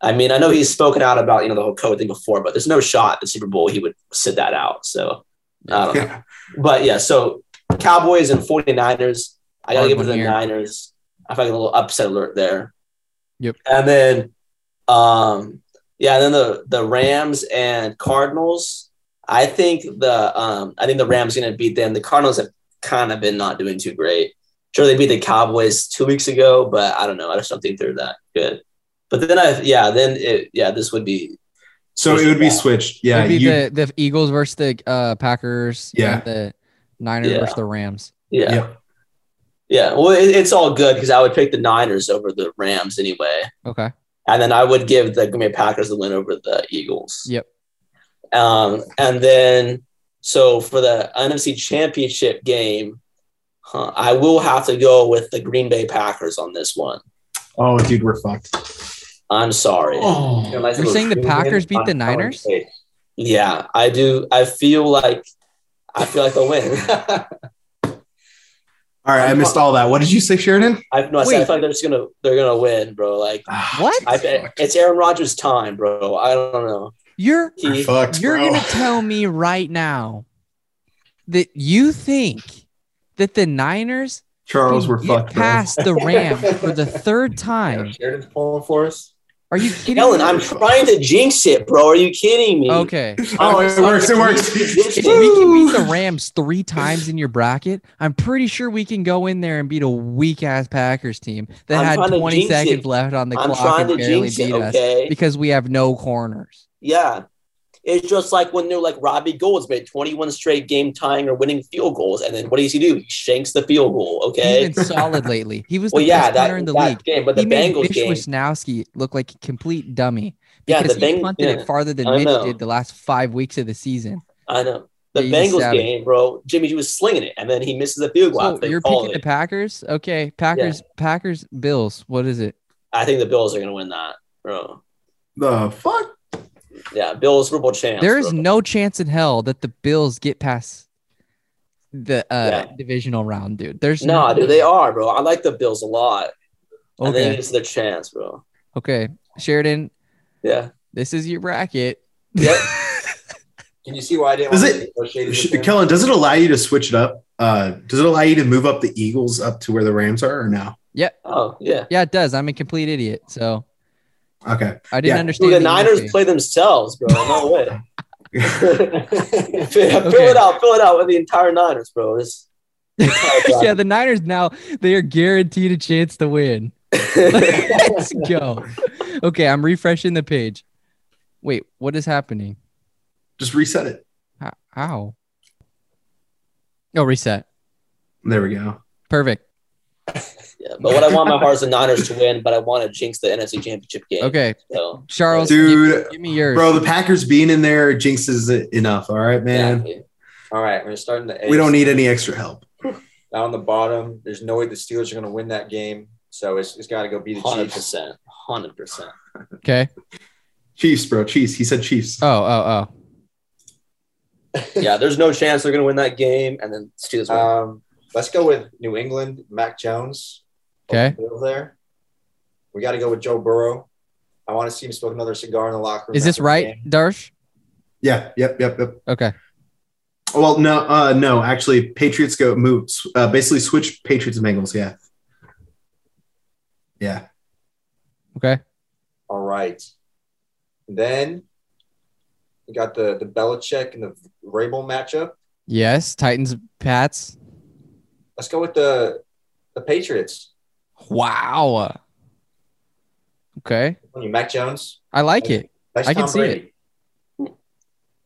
Speaker 2: I mean, I know he's spoken out about you know the whole COVID thing before, but there's no shot the Super Bowl he would sit that out. So I don't know.
Speaker 3: Yeah.
Speaker 2: But yeah, so Cowboys and 49ers. I gotta
Speaker 1: Hard
Speaker 2: give it
Speaker 1: one
Speaker 2: to the
Speaker 1: here.
Speaker 2: Niners. I feel like a little upset alert there.
Speaker 1: Yep.
Speaker 2: And then um yeah, and then the the Rams and Cardinals. I think the um I think the Rams are gonna beat them. The Cardinals have kind of been not doing too great. Sure, they beat the Cowboys two weeks ago, but I don't know. I just don't think they're that good. But then I yeah, then it yeah, this would be
Speaker 3: So it would be switched. Yeah,
Speaker 1: It'd be
Speaker 3: you-
Speaker 1: the, the Eagles versus the uh, Packers.
Speaker 3: Yeah.
Speaker 1: And the Niners
Speaker 2: Yeah.
Speaker 1: versus the Rams.
Speaker 2: yeah.
Speaker 3: Yep.
Speaker 2: Yeah, well, it, it's all good because I would pick the Niners over the Rams anyway,
Speaker 1: Okay.
Speaker 2: and then I would give the Green Bay Packers the win over the Eagles.
Speaker 1: Yep.
Speaker 2: Um, and then so for the NFC Championship game, huh, I will have to go with the Green Bay Packers on this one.
Speaker 3: Oh, dude, we're fucked.
Speaker 2: I'm sorry.
Speaker 3: Oh,
Speaker 2: Nice
Speaker 1: You're
Speaker 2: little
Speaker 1: saying the
Speaker 2: Green
Speaker 1: Packers
Speaker 2: Bay-
Speaker 1: beat the
Speaker 2: I'm telling
Speaker 1: Niners?
Speaker 2: you. Yeah, I do. I feel like I feel like they'll win.
Speaker 3: all right. I missed all that. What did you say, Sheridan?
Speaker 2: I, no, I, said, I
Speaker 1: Wait.
Speaker 2: feel like they're just gonna they're gonna win, bro. Like.
Speaker 3: Ah,
Speaker 1: What?
Speaker 2: I, it's Aaron Rodgers' time, bro. I don't know.
Speaker 1: You're
Speaker 3: we're
Speaker 2: He,
Speaker 3: fucked,
Speaker 1: You're
Speaker 3: bro.
Speaker 1: going to tell me right now that you think that the Niners
Speaker 3: Charles,
Speaker 1: can
Speaker 3: we're
Speaker 1: get
Speaker 3: fucked, bro.
Speaker 1: past the Rams for the third time.
Speaker 4: Sheridan's pulling for us.
Speaker 1: Are you kidding?
Speaker 2: Ellen,
Speaker 1: me?
Speaker 2: I'm trying to jinx it, bro. Are you kidding me?
Speaker 1: okay.
Speaker 3: Oh, it works. It works.
Speaker 1: If we can beat the Rams three times in your bracket, I'm pretty sure we can go in there and beat a weak ass Packers team that
Speaker 2: I'm
Speaker 1: had
Speaker 2: trying to
Speaker 1: 20
Speaker 2: jinx
Speaker 1: seconds
Speaker 2: it.
Speaker 1: left on the
Speaker 2: I'm
Speaker 1: clock
Speaker 2: trying
Speaker 1: and
Speaker 2: to
Speaker 1: barely
Speaker 2: jinx
Speaker 1: beat
Speaker 2: it,
Speaker 1: us
Speaker 2: okay?
Speaker 1: because we have no corners.
Speaker 2: Yeah. It's just like when they're like Robbie Gold's made 21 straight game tying or winning field goals. And then what does he do? He shanks the field goal, okay?
Speaker 1: He's been solid lately. He was
Speaker 2: Well,
Speaker 1: the
Speaker 2: yeah,
Speaker 1: best
Speaker 2: that,
Speaker 1: runner in the
Speaker 2: that
Speaker 1: league.
Speaker 2: game, but the
Speaker 1: He made
Speaker 2: Bengals
Speaker 1: Bish
Speaker 2: game.
Speaker 1: Wisnowski look like a complete dummy because
Speaker 5: Yeah, the
Speaker 1: he
Speaker 5: thing-
Speaker 1: punted
Speaker 2: yeah.
Speaker 1: it farther than
Speaker 5: I
Speaker 1: Mitch
Speaker 5: know.
Speaker 1: did the last five weeks of the season.
Speaker 5: I know. The
Speaker 1: Yeah, he's a
Speaker 5: Bengals
Speaker 1: savage.
Speaker 5: game, bro. Jimmy G was slinging it, and then he misses a field goal.
Speaker 1: So
Speaker 5: after they
Speaker 1: you're
Speaker 5: called
Speaker 1: picking
Speaker 5: it.
Speaker 1: the Packers, okay? Packers, Packers, Bills. What is it?
Speaker 5: I think the Bills are going to win that, bro.
Speaker 3: The fuck?
Speaker 5: Yeah, Bills Super Bowl champs.
Speaker 1: there is
Speaker 5: bro.
Speaker 1: no chance in hell that the Bills get past the uh,
Speaker 5: Yeah.
Speaker 1: divisional round, dude. There's
Speaker 5: No, dude, they are, bro. I like the Bills a lot. I think
Speaker 1: Okay,
Speaker 5: it's their chance, bro.
Speaker 1: okay, Sheridan,
Speaker 5: Yeah.
Speaker 1: this is your bracket.
Speaker 5: Yep.
Speaker 4: Can you see why I didn't?
Speaker 3: Is
Speaker 4: want
Speaker 3: it-
Speaker 4: to take those shades
Speaker 3: Sh-
Speaker 4: with him?
Speaker 3: Kellen, does it allow you to switch it up? Uh, does it allow you to move up the Eagles up to where the Rams are or no?
Speaker 5: Oh, yeah.
Speaker 1: yeah, it does. I'm a complete idiot, so
Speaker 3: Okay.
Speaker 1: I didn't
Speaker 3: Yeah.
Speaker 1: understand.
Speaker 5: Dude, the
Speaker 1: the
Speaker 5: Niners
Speaker 1: EFC.
Speaker 5: play themselves, bro. No way. fill it out. Fill it out with the entire Niners, bro. It's-
Speaker 1: yeah, the Niners now they are guaranteed a chance to win. Let's go. Okay, I'm refreshing the page. Wait, what is happening?
Speaker 3: Just reset it.
Speaker 1: Ho- How? Oh, reset.
Speaker 3: There we go.
Speaker 1: Perfect.
Speaker 5: yeah, but what I want my heart is the Niners to win, but I want to jinx the NFC Championship game.
Speaker 1: Okay,
Speaker 5: So,
Speaker 1: Charles,
Speaker 3: Dude,
Speaker 1: give, give me yours.
Speaker 3: Bro, the Packers being in there jinxes it enough. All right, man.
Speaker 5: exactly.
Speaker 4: All right, we're starting the.
Speaker 3: We don't
Speaker 4: AFC.
Speaker 3: need any extra help.
Speaker 4: down the bottom. There's no way the Steelers are going to win that game. So it's, it's got to go be the Chiefs.
Speaker 5: 100%. 100%.
Speaker 1: okay.
Speaker 3: Chiefs, bro. Chiefs. He said Chiefs.
Speaker 1: Oh, oh, oh.
Speaker 5: Yeah, there's no chance they're going to win that game, and then Steelers win.
Speaker 4: Um, let's go with New England, Mac Jones.
Speaker 1: Okay.
Speaker 4: Over There. We got to go with Joe Burrow. I want to see him smoke another cigar in the locker room.
Speaker 1: Is this
Speaker 4: after the
Speaker 1: right,
Speaker 4: game.
Speaker 1: Darsh?
Speaker 3: Yeah. Yep. Yep. Yep.
Speaker 1: Okay.
Speaker 3: Well, no, uh, no. Actually, Patriots go move. Uh, basically, switch Patriots and Bengals. Yeah. Yeah.
Speaker 1: Okay.
Speaker 4: All right. Then we got the, the Belichick and the Rabel matchup.
Speaker 1: Yes. Titans, Pats.
Speaker 4: Let's go with the the Patriots.
Speaker 1: Wow. Okay.
Speaker 4: You, Mac Jones.
Speaker 1: I like it.
Speaker 4: That's
Speaker 1: I can see it.
Speaker 4: it.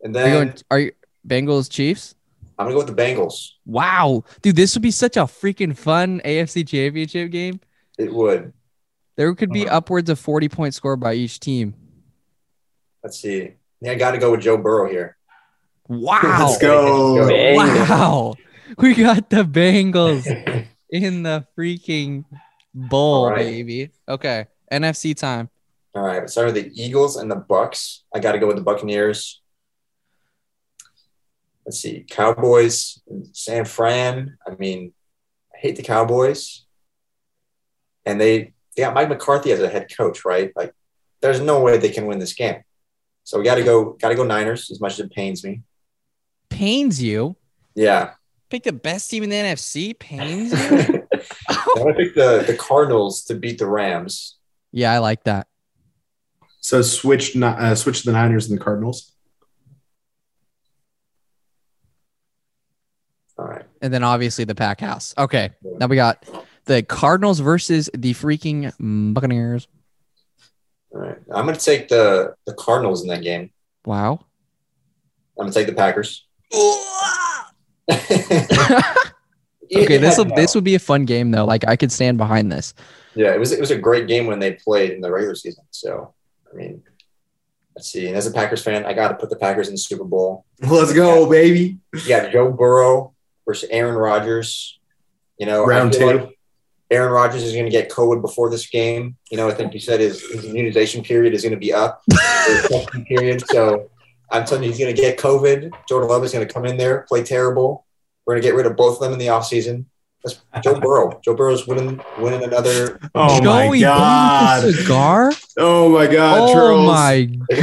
Speaker 4: And
Speaker 1: Are you
Speaker 4: then
Speaker 1: going, are you Bengals, Chiefs?
Speaker 4: I'm going to go with the Bengals.
Speaker 1: Wow. Dude, this would be such a freaking fun AFC championship game.
Speaker 4: It would.
Speaker 1: There could be
Speaker 4: Uh-huh.
Speaker 3: Mhm.
Speaker 1: upwards of 40 points scored by each team.
Speaker 4: Let's see. Yeah, I got to go with Joe Burrow here.
Speaker 1: Wow.
Speaker 3: Let's go.
Speaker 4: Let's
Speaker 5: go.
Speaker 1: Wow. We got the Bengals in the freaking bowl,
Speaker 4: All right.
Speaker 1: baby. Okay. NFC time.
Speaker 4: All right, so are the Eagles and the Bucks. I got to go with the Buccaneers. Let's see, Cowboys, San Fran. I mean, I hate the Cowboys, and they they got Mike McCarthy as a head coach, right? Like, there's no way they can win this game. So we got to go, got to go Niners. As much as it pains me,
Speaker 1: Pains you.
Speaker 4: yeah.
Speaker 1: Pick the best team in the NFC. Pains
Speaker 4: I'm
Speaker 1: you.
Speaker 4: gonna pick the the Cardinals to beat the Rams.
Speaker 1: yeah, I like that.
Speaker 3: So switch. Ni- Uh, switch the Niners and the Cardinals.
Speaker 4: All right,
Speaker 1: And then obviously the pack house. Okay. Now we got the Cardinals versus the freaking Buccaneers.
Speaker 4: all right. I'm gonna take the the Cardinals in that game.
Speaker 1: Wow.
Speaker 4: I'm gonna take the Packers.
Speaker 1: Uh, okay, this will this would be a fun game though. Like I could stand behind this.
Speaker 4: Yeah, it was it was a great game when they played in the regular season. So I mean, let's see. And as a Packers fan, I got to put the Packers in the Super Bowl.
Speaker 3: Let's go, baby.
Speaker 4: Yeah, Joe Burrow versus Aaron Rodgers. You know, I
Speaker 3: Round
Speaker 4: feel
Speaker 3: two.
Speaker 4: like Aaron Rodgers is going to get COVID before this game. You know, I think you said his, his immunization period is going to be up. his testing period. So I'm telling you, he's going to get COVID. Jordan Love is going to come in there, play terrible. We're going to get rid of both of them in the offseason. That's Joe Burrow. Joe Burrow's winning winning another.
Speaker 3: Oh my
Speaker 1: Joey Bosa
Speaker 3: god.
Speaker 1: Cigar?
Speaker 3: Oh my god,
Speaker 1: oh
Speaker 3: Charles.
Speaker 1: my
Speaker 4: They're gonna be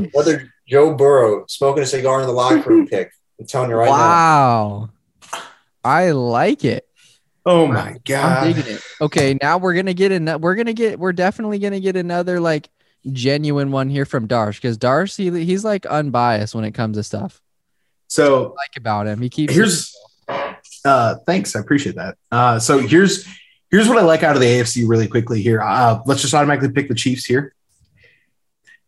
Speaker 1: goodness.
Speaker 4: another- Another Joe Burrow smoking a cigar in the locker room pick. I'm telling you right
Speaker 1: wow. I like it.
Speaker 3: Oh my
Speaker 1: I'm
Speaker 3: god.
Speaker 1: digging it. Okay, now we're gonna get another. We're gonna get. We're definitely gonna get another like genuine one here from Darsh because Darsh he, he's like unbiased when it comes to stuff.
Speaker 3: So
Speaker 1: I like about him, he keeps.
Speaker 3: here's uh thanks i appreciate that uh so here's here's what i like out of the afc really quickly here uh let's just automatically pick the chiefs here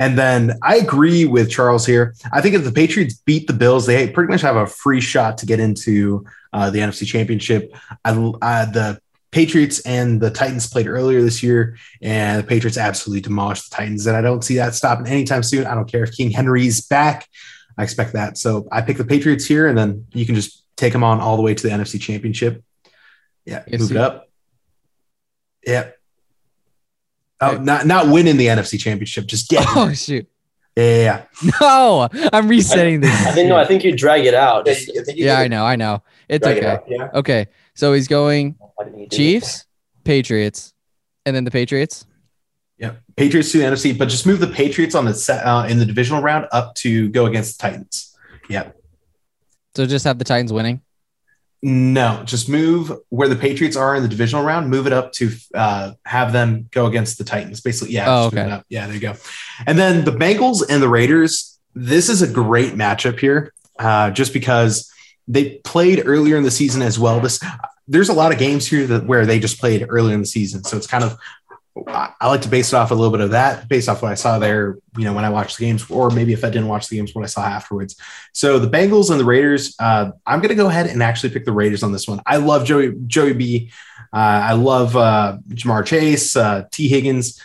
Speaker 3: and then i agree with charles here i think if the patriots beat the bills they pretty much have a free shot to get into uh the nfc championship I, uh, the Patriots and the Titans played earlier this year, and the Patriots absolutely demolished the Titans. And I don't see that stopping anytime soon. I don't care if King Henry's back. I expect that. So I pick the Patriots here, and then you can just take them on all the way to the NFC Championship. Yeah,
Speaker 1: Yes,
Speaker 3: move it
Speaker 1: you-
Speaker 3: up. Yep. Oh,
Speaker 1: Okay.
Speaker 3: not not winning the NFC Championship, just get
Speaker 1: Oh shoot!
Speaker 3: yeah, yeah, yeah.
Speaker 1: No, I'm resetting this.
Speaker 5: I think no, I think you drag it out. Just
Speaker 4: I think you
Speaker 1: yeah,
Speaker 4: did
Speaker 1: I know, I know. It's
Speaker 4: drag it
Speaker 1: okay.
Speaker 4: out, Yeah.
Speaker 1: Okay, so he's going
Speaker 5: Why didn't you do
Speaker 1: Chiefs, Patriots, and then the Patriots.
Speaker 3: Yep. Patriots to the NFC, but just move the Patriots on the set uh, in the divisional round up to go against the Titans.
Speaker 1: So just have the Titans winning.
Speaker 3: No, just move where the Patriots are in the divisional round, move it up to uh, have them go against the Titans. Basically, yeah,
Speaker 1: Oh,
Speaker 3: just move
Speaker 1: okay.
Speaker 3: it up. yeah, there you go. And then the Bengals and the Raiders. This is a great matchup here, uh, just because they played earlier in the season as well. This there's a lot of games here that where they just played earlier in the season, so it's kind of I I like to base it off a little bit of that, based off what I saw there, you know, when I watched the games, or maybe if I didn't watch the games, what I saw afterwards. So the Bengals and the Raiders, uh, I'm going to go ahead and actually pick the Raiders on this one. I love Joey Joey B. Uh, I love uh, Jamar Chase, uh, T. Higgins.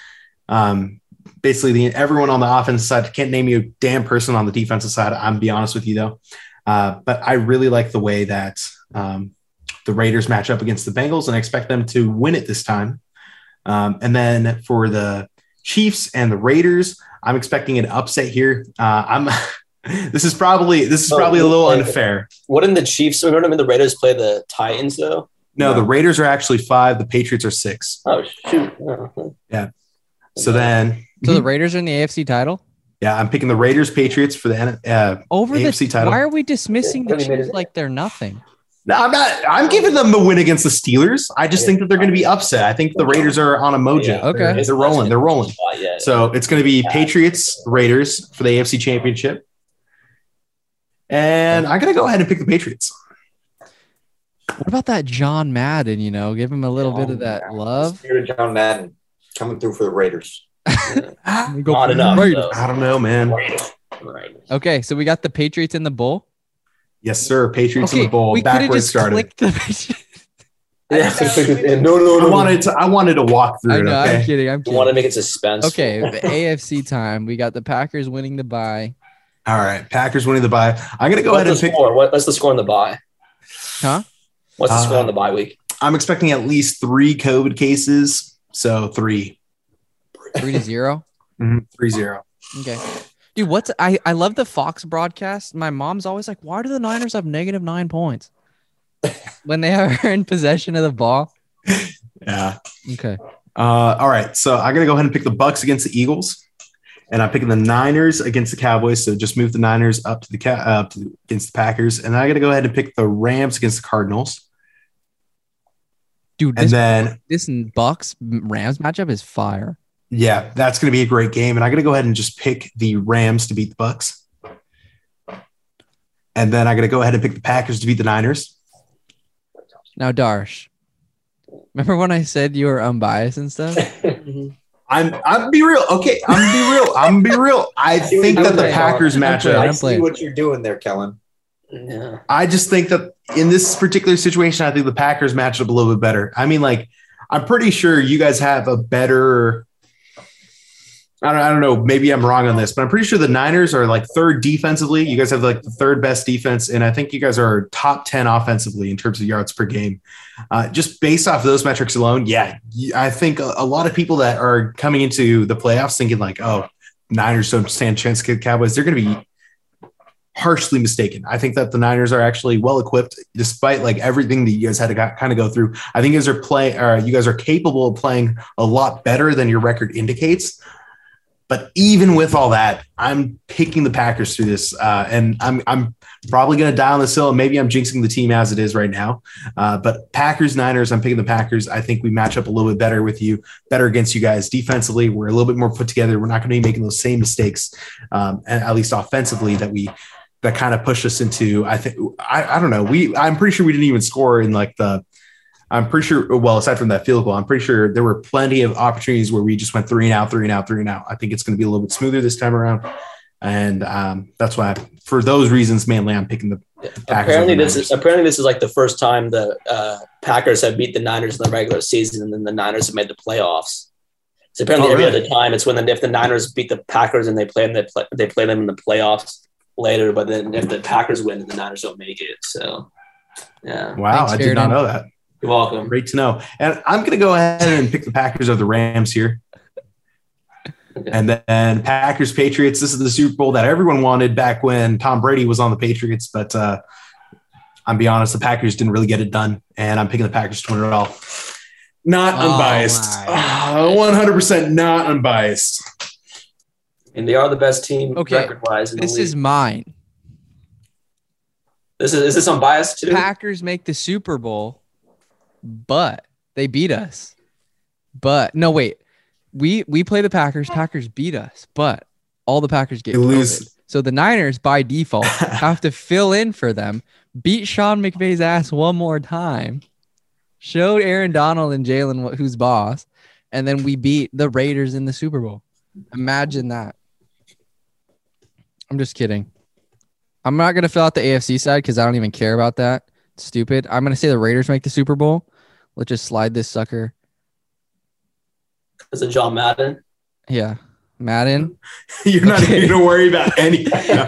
Speaker 3: Um, basically, the, everyone on the offensive side can't name you a damn person on the defensive side. I'm gonna be honest with you though, uh, but I really like the way that um, the Raiders match up against the Bengals, and I expect them to win it this time. Um, and then for the Chiefs and the Raiders, I'm expecting an upset here. Uh, I'm. this is probably Oh, this is
Speaker 5: No,
Speaker 3: probably a little
Speaker 5: okay.
Speaker 3: unfair.
Speaker 5: Wouldn't the Chiefs? Remember when the Raiders play the Titans though?
Speaker 3: No, the Raiders are actually five. The Patriots are six.
Speaker 5: Oh shoot! Oh.
Speaker 3: Yeah. So then,
Speaker 1: So the Raiders are in the AFC title
Speaker 3: yeah, I'm picking the Raiders, Patriots for the. N- Uh,
Speaker 1: over
Speaker 3: AFC
Speaker 1: the.
Speaker 3: title.
Speaker 1: Why are we dismissing the
Speaker 5: Yeah, I mean,
Speaker 1: Chiefs like they're nothing?
Speaker 3: no, I'm not. I'm giving them the win against the Steelers. I just think that they're going to be upset. I think the Raiders are on a mojo.
Speaker 5: Yeah,
Speaker 1: okay.
Speaker 3: They're, they're rolling. They're rolling.
Speaker 5: Oh, yeah.
Speaker 3: So it's going to be Patriots, Raiders for the AFC Championship. And I'm going to go ahead and pick the Patriots.
Speaker 1: What about that John Madden? You know, give him a little bit of that love.
Speaker 4: Spirit of John Madden coming through for the Raiders.
Speaker 3: I
Speaker 1: We go
Speaker 5: Not
Speaker 1: for the
Speaker 5: enough,
Speaker 1: Raiders.
Speaker 5: though.
Speaker 3: don't know, man.
Speaker 5: Right.
Speaker 1: Okay, so we got the Patriots in the bowl.
Speaker 3: Yes, sir. Patriots in
Speaker 1: Okay,
Speaker 3: the bowl.
Speaker 1: we coulda
Speaker 3: Backwards
Speaker 1: just
Speaker 3: started.
Speaker 1: clicked the Patriots.
Speaker 5: Yeah.
Speaker 4: no, no,
Speaker 3: I wanted to. I wanted to walk through
Speaker 1: I
Speaker 3: it.
Speaker 1: know,
Speaker 3: Okay.
Speaker 1: I'm kidding. I'm
Speaker 5: You want to
Speaker 1: kidding.
Speaker 5: make it suspense.
Speaker 1: Okay, the AFC time. We got the Packers winning the bye.
Speaker 3: All right. Packers winning the bye. I'm going to go
Speaker 5: What's
Speaker 3: ahead
Speaker 5: the
Speaker 3: and pick.
Speaker 5: score? What, what's the score on the bye?
Speaker 1: Huh?
Speaker 5: What's the
Speaker 3: Uh,
Speaker 5: score on the bye week?
Speaker 3: I'm expecting at least three COVID cases. So three,
Speaker 1: Three to zero.
Speaker 3: Mm-hmm. three zero.
Speaker 1: Okay. Dude, what's I, I love the Fox broadcast. My mom's always like, why do the Niners have negative nine points? when they are in possession of the ball.
Speaker 3: Yeah.
Speaker 1: Okay.
Speaker 3: Uh, all right. So I'm going to go ahead and pick the Bucks against the Eagles. And I'm picking the Niners against the Cowboys. So just move the Niners up to the ca- uh, up to, against the Packers. And I'm going to go ahead and pick the Rams against the Cardinals.
Speaker 1: Dude,
Speaker 3: And
Speaker 1: this,
Speaker 3: then,
Speaker 1: this Bucks Rams matchup is fire.
Speaker 3: yeah, that's going to be a great game. And I'm going to go ahead and just pick the Rams to beat the Bucks. And then I'm going to go ahead and pick the Packers to beat the Niners.
Speaker 1: Now, Darsh. Remember when I said you were unbiased and stuff?
Speaker 5: Mm-hmm.
Speaker 3: I'm I'm be real. Okay, I'm be real. I'm be real. I think that the
Speaker 1: Okay.
Speaker 3: Packers matchup.
Speaker 4: I
Speaker 1: I'm
Speaker 4: see
Speaker 1: playing.
Speaker 4: what you're doing there, Kellen.
Speaker 5: Yeah.
Speaker 3: I just think that in this particular situation, I think the Packers match up a little bit better. I mean, like, I'm pretty sure you guys have a better. I don't, I don't know. Maybe I'm wrong on this, but I'm pretty sure the Niners are like third defensively. You guys have like the third best defense, and I think you guys are top 10 offensively in terms of yards per game. Uh, just based off of those metrics alone, yeah, you- I think a, a lot of people that are coming into the playoffs thinking, like, oh, Niners don't stand a chance against the Cowboys, they're going to be harshly mistaken. I think that the Niners are actually well equipped, despite like everything that you guys had to kind of go through. I think you guys are play, uh, you guys are capable of playing a lot better than your record indicates. But even with all that, I'm picking the Packers through this, uh, and I'm I'm probably going to die on this hill. and Maybe I'm jinxing the team as it is right now. Uh, but Packers Niners, I'm picking the Packers. I think we match up a little bit better with you, better against you guys defensively. We're a little bit more put together. We're not going to be making those same mistakes, um, and at least offensively that we that kind of pushed us into I think I, I don't know. We I'm pretty sure we didn't even score in like the I'm pretty sure well aside from that field goal, I'm pretty sure there were plenty of opportunities where we just went three and out, three and out, three and out. I think it's gonna be a little bit smoother this time around. And um, that's why, for those reasons, mainly I'm picking the Packers
Speaker 5: apparently
Speaker 3: over
Speaker 5: this is
Speaker 3: Niners.
Speaker 5: apparently this is like the first time the uh, Packers have beat the Niners in the regular season, and then the Niners have made the playoffs. So apparently
Speaker 3: Oh,
Speaker 5: every
Speaker 3: really?
Speaker 5: other time it's when the, if the Niners beat the Packers and they play them, they play, they play them in the playoffs later. But then if the Packers win, the Niners don't make it. So yeah,
Speaker 3: Wow,
Speaker 1: Thanks,
Speaker 3: I did not
Speaker 1: Jared.
Speaker 3: know that.
Speaker 5: you're welcome.
Speaker 3: Great to know. And I'm going to go ahead and pick the Packers of the Rams here.
Speaker 2: Okay.
Speaker 3: And then Packers Patriots. This is the Super Bowl that everyone wanted back when Tom Brady was on the Patriots. But uh, I'm be honest, the Packers didn't really get it done. And I'm picking the Packers to win it all. Not
Speaker 1: Oh,
Speaker 3: unbiased.
Speaker 1: my.
Speaker 3: Ah, 100% not unbiased.
Speaker 2: And they are the best team
Speaker 1: Okay.
Speaker 2: record wise.
Speaker 1: This is mine.
Speaker 2: this is is this unbiased too?
Speaker 1: Packers make the Super Bowl, but they beat us. But no, wait. We we play the Packers. Packers beat us, but all the Packers get
Speaker 3: They lose.
Speaker 1: COVID. So the Niners by default have to fill in for them, beat Sean McVay's ass one more time, showed Aaron Donald and Jalen wh- who's boss, and then we beat the Raiders in the Super Bowl. Imagine that. I'm just kidding. I'm not gonna fill out the AFC side because I don't even care about that. It's stupid. I'm gonna say the Raiders make the Super Bowl. Let's just slide this sucker.
Speaker 2: Is it John Madden?
Speaker 1: Yeah, Madden.
Speaker 3: You're not
Speaker 1: Okay.
Speaker 3: even going to worry about anything.
Speaker 5: No,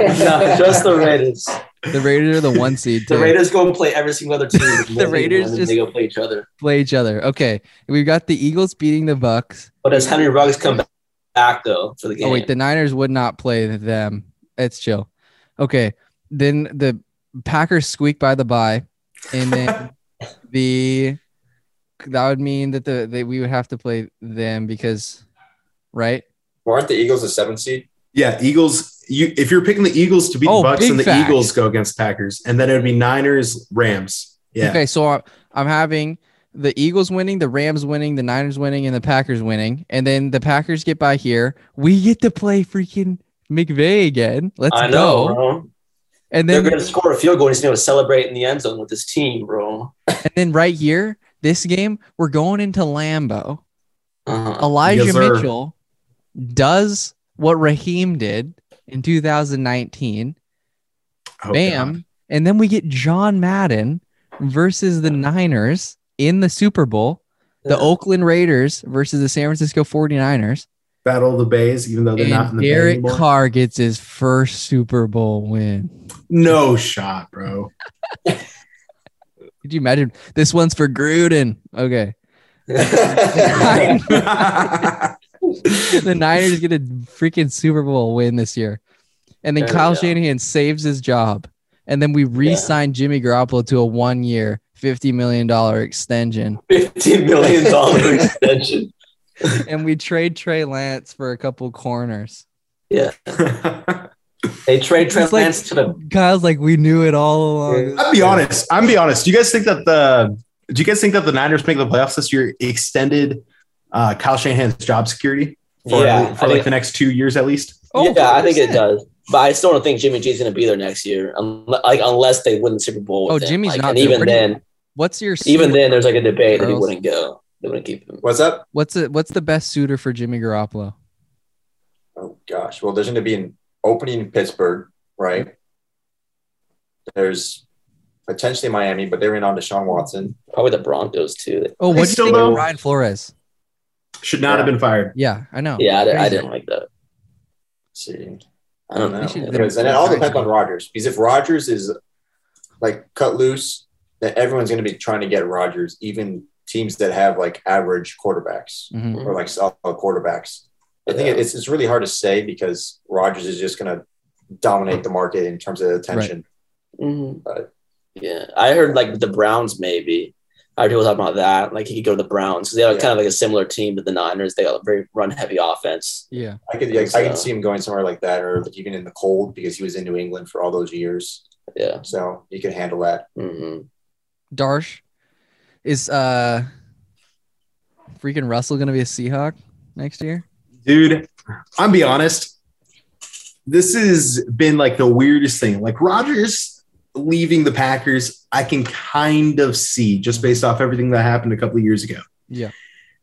Speaker 2: just the Raiders.
Speaker 1: The Raiders are the one seed.
Speaker 2: The
Speaker 1: too.
Speaker 2: Raiders go play every single other team. in
Speaker 1: The
Speaker 2: league,
Speaker 1: Raiders
Speaker 2: and then
Speaker 1: just-
Speaker 2: they go play each other.
Speaker 1: Play each other. Okay, we've got the Eagles beating the Bucks.
Speaker 2: But does Henry Ruggs come back, back though for the game?
Speaker 1: Oh wait, the Niners would not play them. It's chill. Okay, then the Packers squeak by the bye, and then the that would mean that the that we would have to play them because, right?
Speaker 4: Aren't the Eagles a seven seed?
Speaker 3: Yeah, Eagles. You if you're picking the Eagles to beat
Speaker 1: Oh,
Speaker 3: the Bucks,
Speaker 1: big
Speaker 3: and the
Speaker 1: fact.
Speaker 3: Eagles go against Packers, and then it would be Niners, Rams. Yeah,
Speaker 1: Okay, so I'm, I'm having the Eagles winning, the Rams winning, the Niners winning, and the Packers winning, and then the Packers get by here. We get to play freaking McVay again. Let's
Speaker 2: I know,
Speaker 1: go.
Speaker 2: bro.
Speaker 1: And
Speaker 2: They're
Speaker 1: then
Speaker 2: going to score a field goal and he's going to celebrate in the end zone with his team, bro.
Speaker 1: and then right here, this game, we're going into Lambeau.
Speaker 2: Uh,
Speaker 1: Elijah
Speaker 3: Yes, sir.
Speaker 1: Mitchell does what Raheem did in 2019.
Speaker 3: Oh,
Speaker 1: Bam.
Speaker 3: God.
Speaker 1: And then we get John Madden versus the Niners in the Super Bowl. The Oakland Raiders versus the San Francisco 49ers.
Speaker 3: Battle of the Bays, even though they're not in
Speaker 1: And
Speaker 3: the Bay
Speaker 1: Derek
Speaker 3: anymore.
Speaker 1: Carr gets his first Super Bowl win.
Speaker 3: no shot, bro.
Speaker 1: Could you imagine? This one's for Gruden. Okay.
Speaker 5: Uh-huh.
Speaker 1: the Niners get a freaking Super Bowl win this year. And then
Speaker 2: There we
Speaker 1: Kyle
Speaker 2: go.
Speaker 1: Shanahan saves his job. And then we re sign Jimmy Garoppolo to a one year, $50 million extension.
Speaker 2: $15 million extension.
Speaker 1: and we trade Trey Lance for a couple corners.
Speaker 3: I'll
Speaker 2: They trade Trey
Speaker 1: It's like-
Speaker 2: Lance to the.
Speaker 1: Kyle's like, we knew it all along.
Speaker 3: be honest. I'm be honest. Do you guys think that the do you guys think that the Niners make the playoffs this year extended uh, Kyle Shanahan's job security for,
Speaker 2: Yeah,
Speaker 3: for
Speaker 2: I
Speaker 3: like
Speaker 2: think-
Speaker 3: the next two years at least?
Speaker 1: Oh,
Speaker 5: yeah, I think it
Speaker 1: 100%.
Speaker 5: does. But I still don't think Jimmy G's going to be there next year, unle- like unless they win the Super Bowl. With
Speaker 1: Oh,
Speaker 5: him.
Speaker 1: Jimmy's
Speaker 5: Like,
Speaker 1: not
Speaker 5: And
Speaker 1: there.
Speaker 5: even
Speaker 1: What do you-
Speaker 5: then,
Speaker 1: What's your
Speaker 5: even
Speaker 1: suit-
Speaker 5: then, there's like a debate that he
Speaker 1: Charles.
Speaker 5: wouldn't go. They wouldn't keep him.
Speaker 4: What's up?
Speaker 1: What's it? What's the best suitor for Jimmy Garoppolo?
Speaker 4: Oh gosh. Well, there's going to be an opening in Pittsburgh, right? There's potentially Miami, but they're in on Deshaun Watson.
Speaker 5: Probably the Broncos too.
Speaker 1: Oh,
Speaker 3: Hey,
Speaker 1: what do you think
Speaker 3: Stobo.
Speaker 1: of Ryan Flores?
Speaker 3: Should not
Speaker 4: Yeah.
Speaker 3: have been fired.
Speaker 1: Yeah, I know.
Speaker 5: Yeah, I, di- I
Speaker 1: Oh, Crazy.
Speaker 5: didn't like that.
Speaker 4: Let's see,
Speaker 5: I don't know.
Speaker 1: They should-
Speaker 4: because and it all depends on Rodgers. Because if Rodgers is like cut loose, then everyone's going to be trying to get Rodgers, even teams that have like average quarterbacks.
Speaker 1: Mhm.
Speaker 4: or like solid quarterbacks. I think
Speaker 5: Yeah.
Speaker 4: it's it's really hard to say because Rodgers is just going to dominate the market in terms of attention.
Speaker 2: Mm-hmm.
Speaker 5: Mhm.
Speaker 4: But-
Speaker 5: yeah, I heard like the Browns maybe. I heard people talking about that. Like he could go to the Browns because they are
Speaker 4: Yeah.
Speaker 5: kind of like a similar team to the Niners. They got a very run heavy offense.
Speaker 1: Yeah.
Speaker 4: I could like, I
Speaker 5: So-
Speaker 4: could see him going somewhere like that, or like even in the cold because he was in New England for all those years,
Speaker 5: Yeah.
Speaker 4: so he could handle that.
Speaker 5: hmm
Speaker 1: Darsh is uh freaking Russell gonna be a Seahawk next year?
Speaker 3: dude i'm be honest this has been like the weirdest thing like rogers leaving the packers i can kind of see just based off everything that happened a couple of years ago
Speaker 1: Yeah.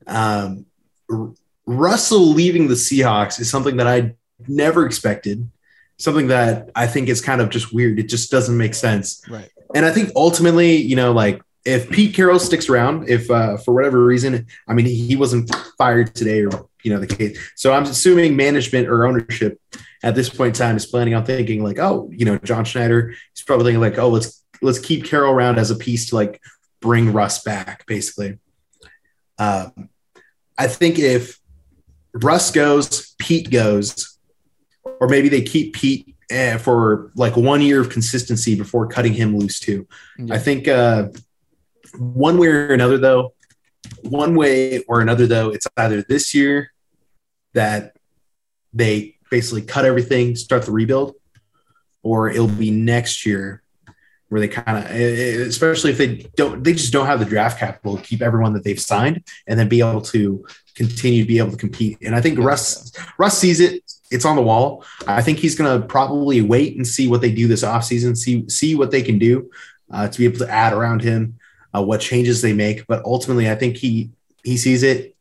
Speaker 3: um, R- russell leaving the seahawks is something that i never expected something that I think is kind of just weird. It just doesn't make sense.
Speaker 1: Right.
Speaker 3: And I think ultimately, you know, like if Pete Carroll sticks around, if uh, for whatever reason, I mean, he wasn't fired today or, you know, the case. So I'm assuming management or ownership at this point in time is planning on thinking like, oh, you know, John Schneider, he's probably thinking like, oh, let's, let's keep Carroll around as a piece to like bring Russ back basically. Um, I think if Russ goes, Pete goes, or maybe they keep Pete eh, for like one year of consistency before cutting him loose too.
Speaker 1: Yeah.
Speaker 3: I think uh, one way or another, though, one way or another, though, it's either this year that they basically cut everything, start the rebuild, or it'll be next year where they kind of, especially if they don't, they just don't have the draft capital to keep everyone that they've signed and then be able to continue to be able to compete. And I think Russ, Russ sees it. It's on the wall. I think he's going to probably wait and see what they do this offseason, see, see what they can do uh, to be able to add around him, uh, what changes they make. But ultimately, I think he, he sees it.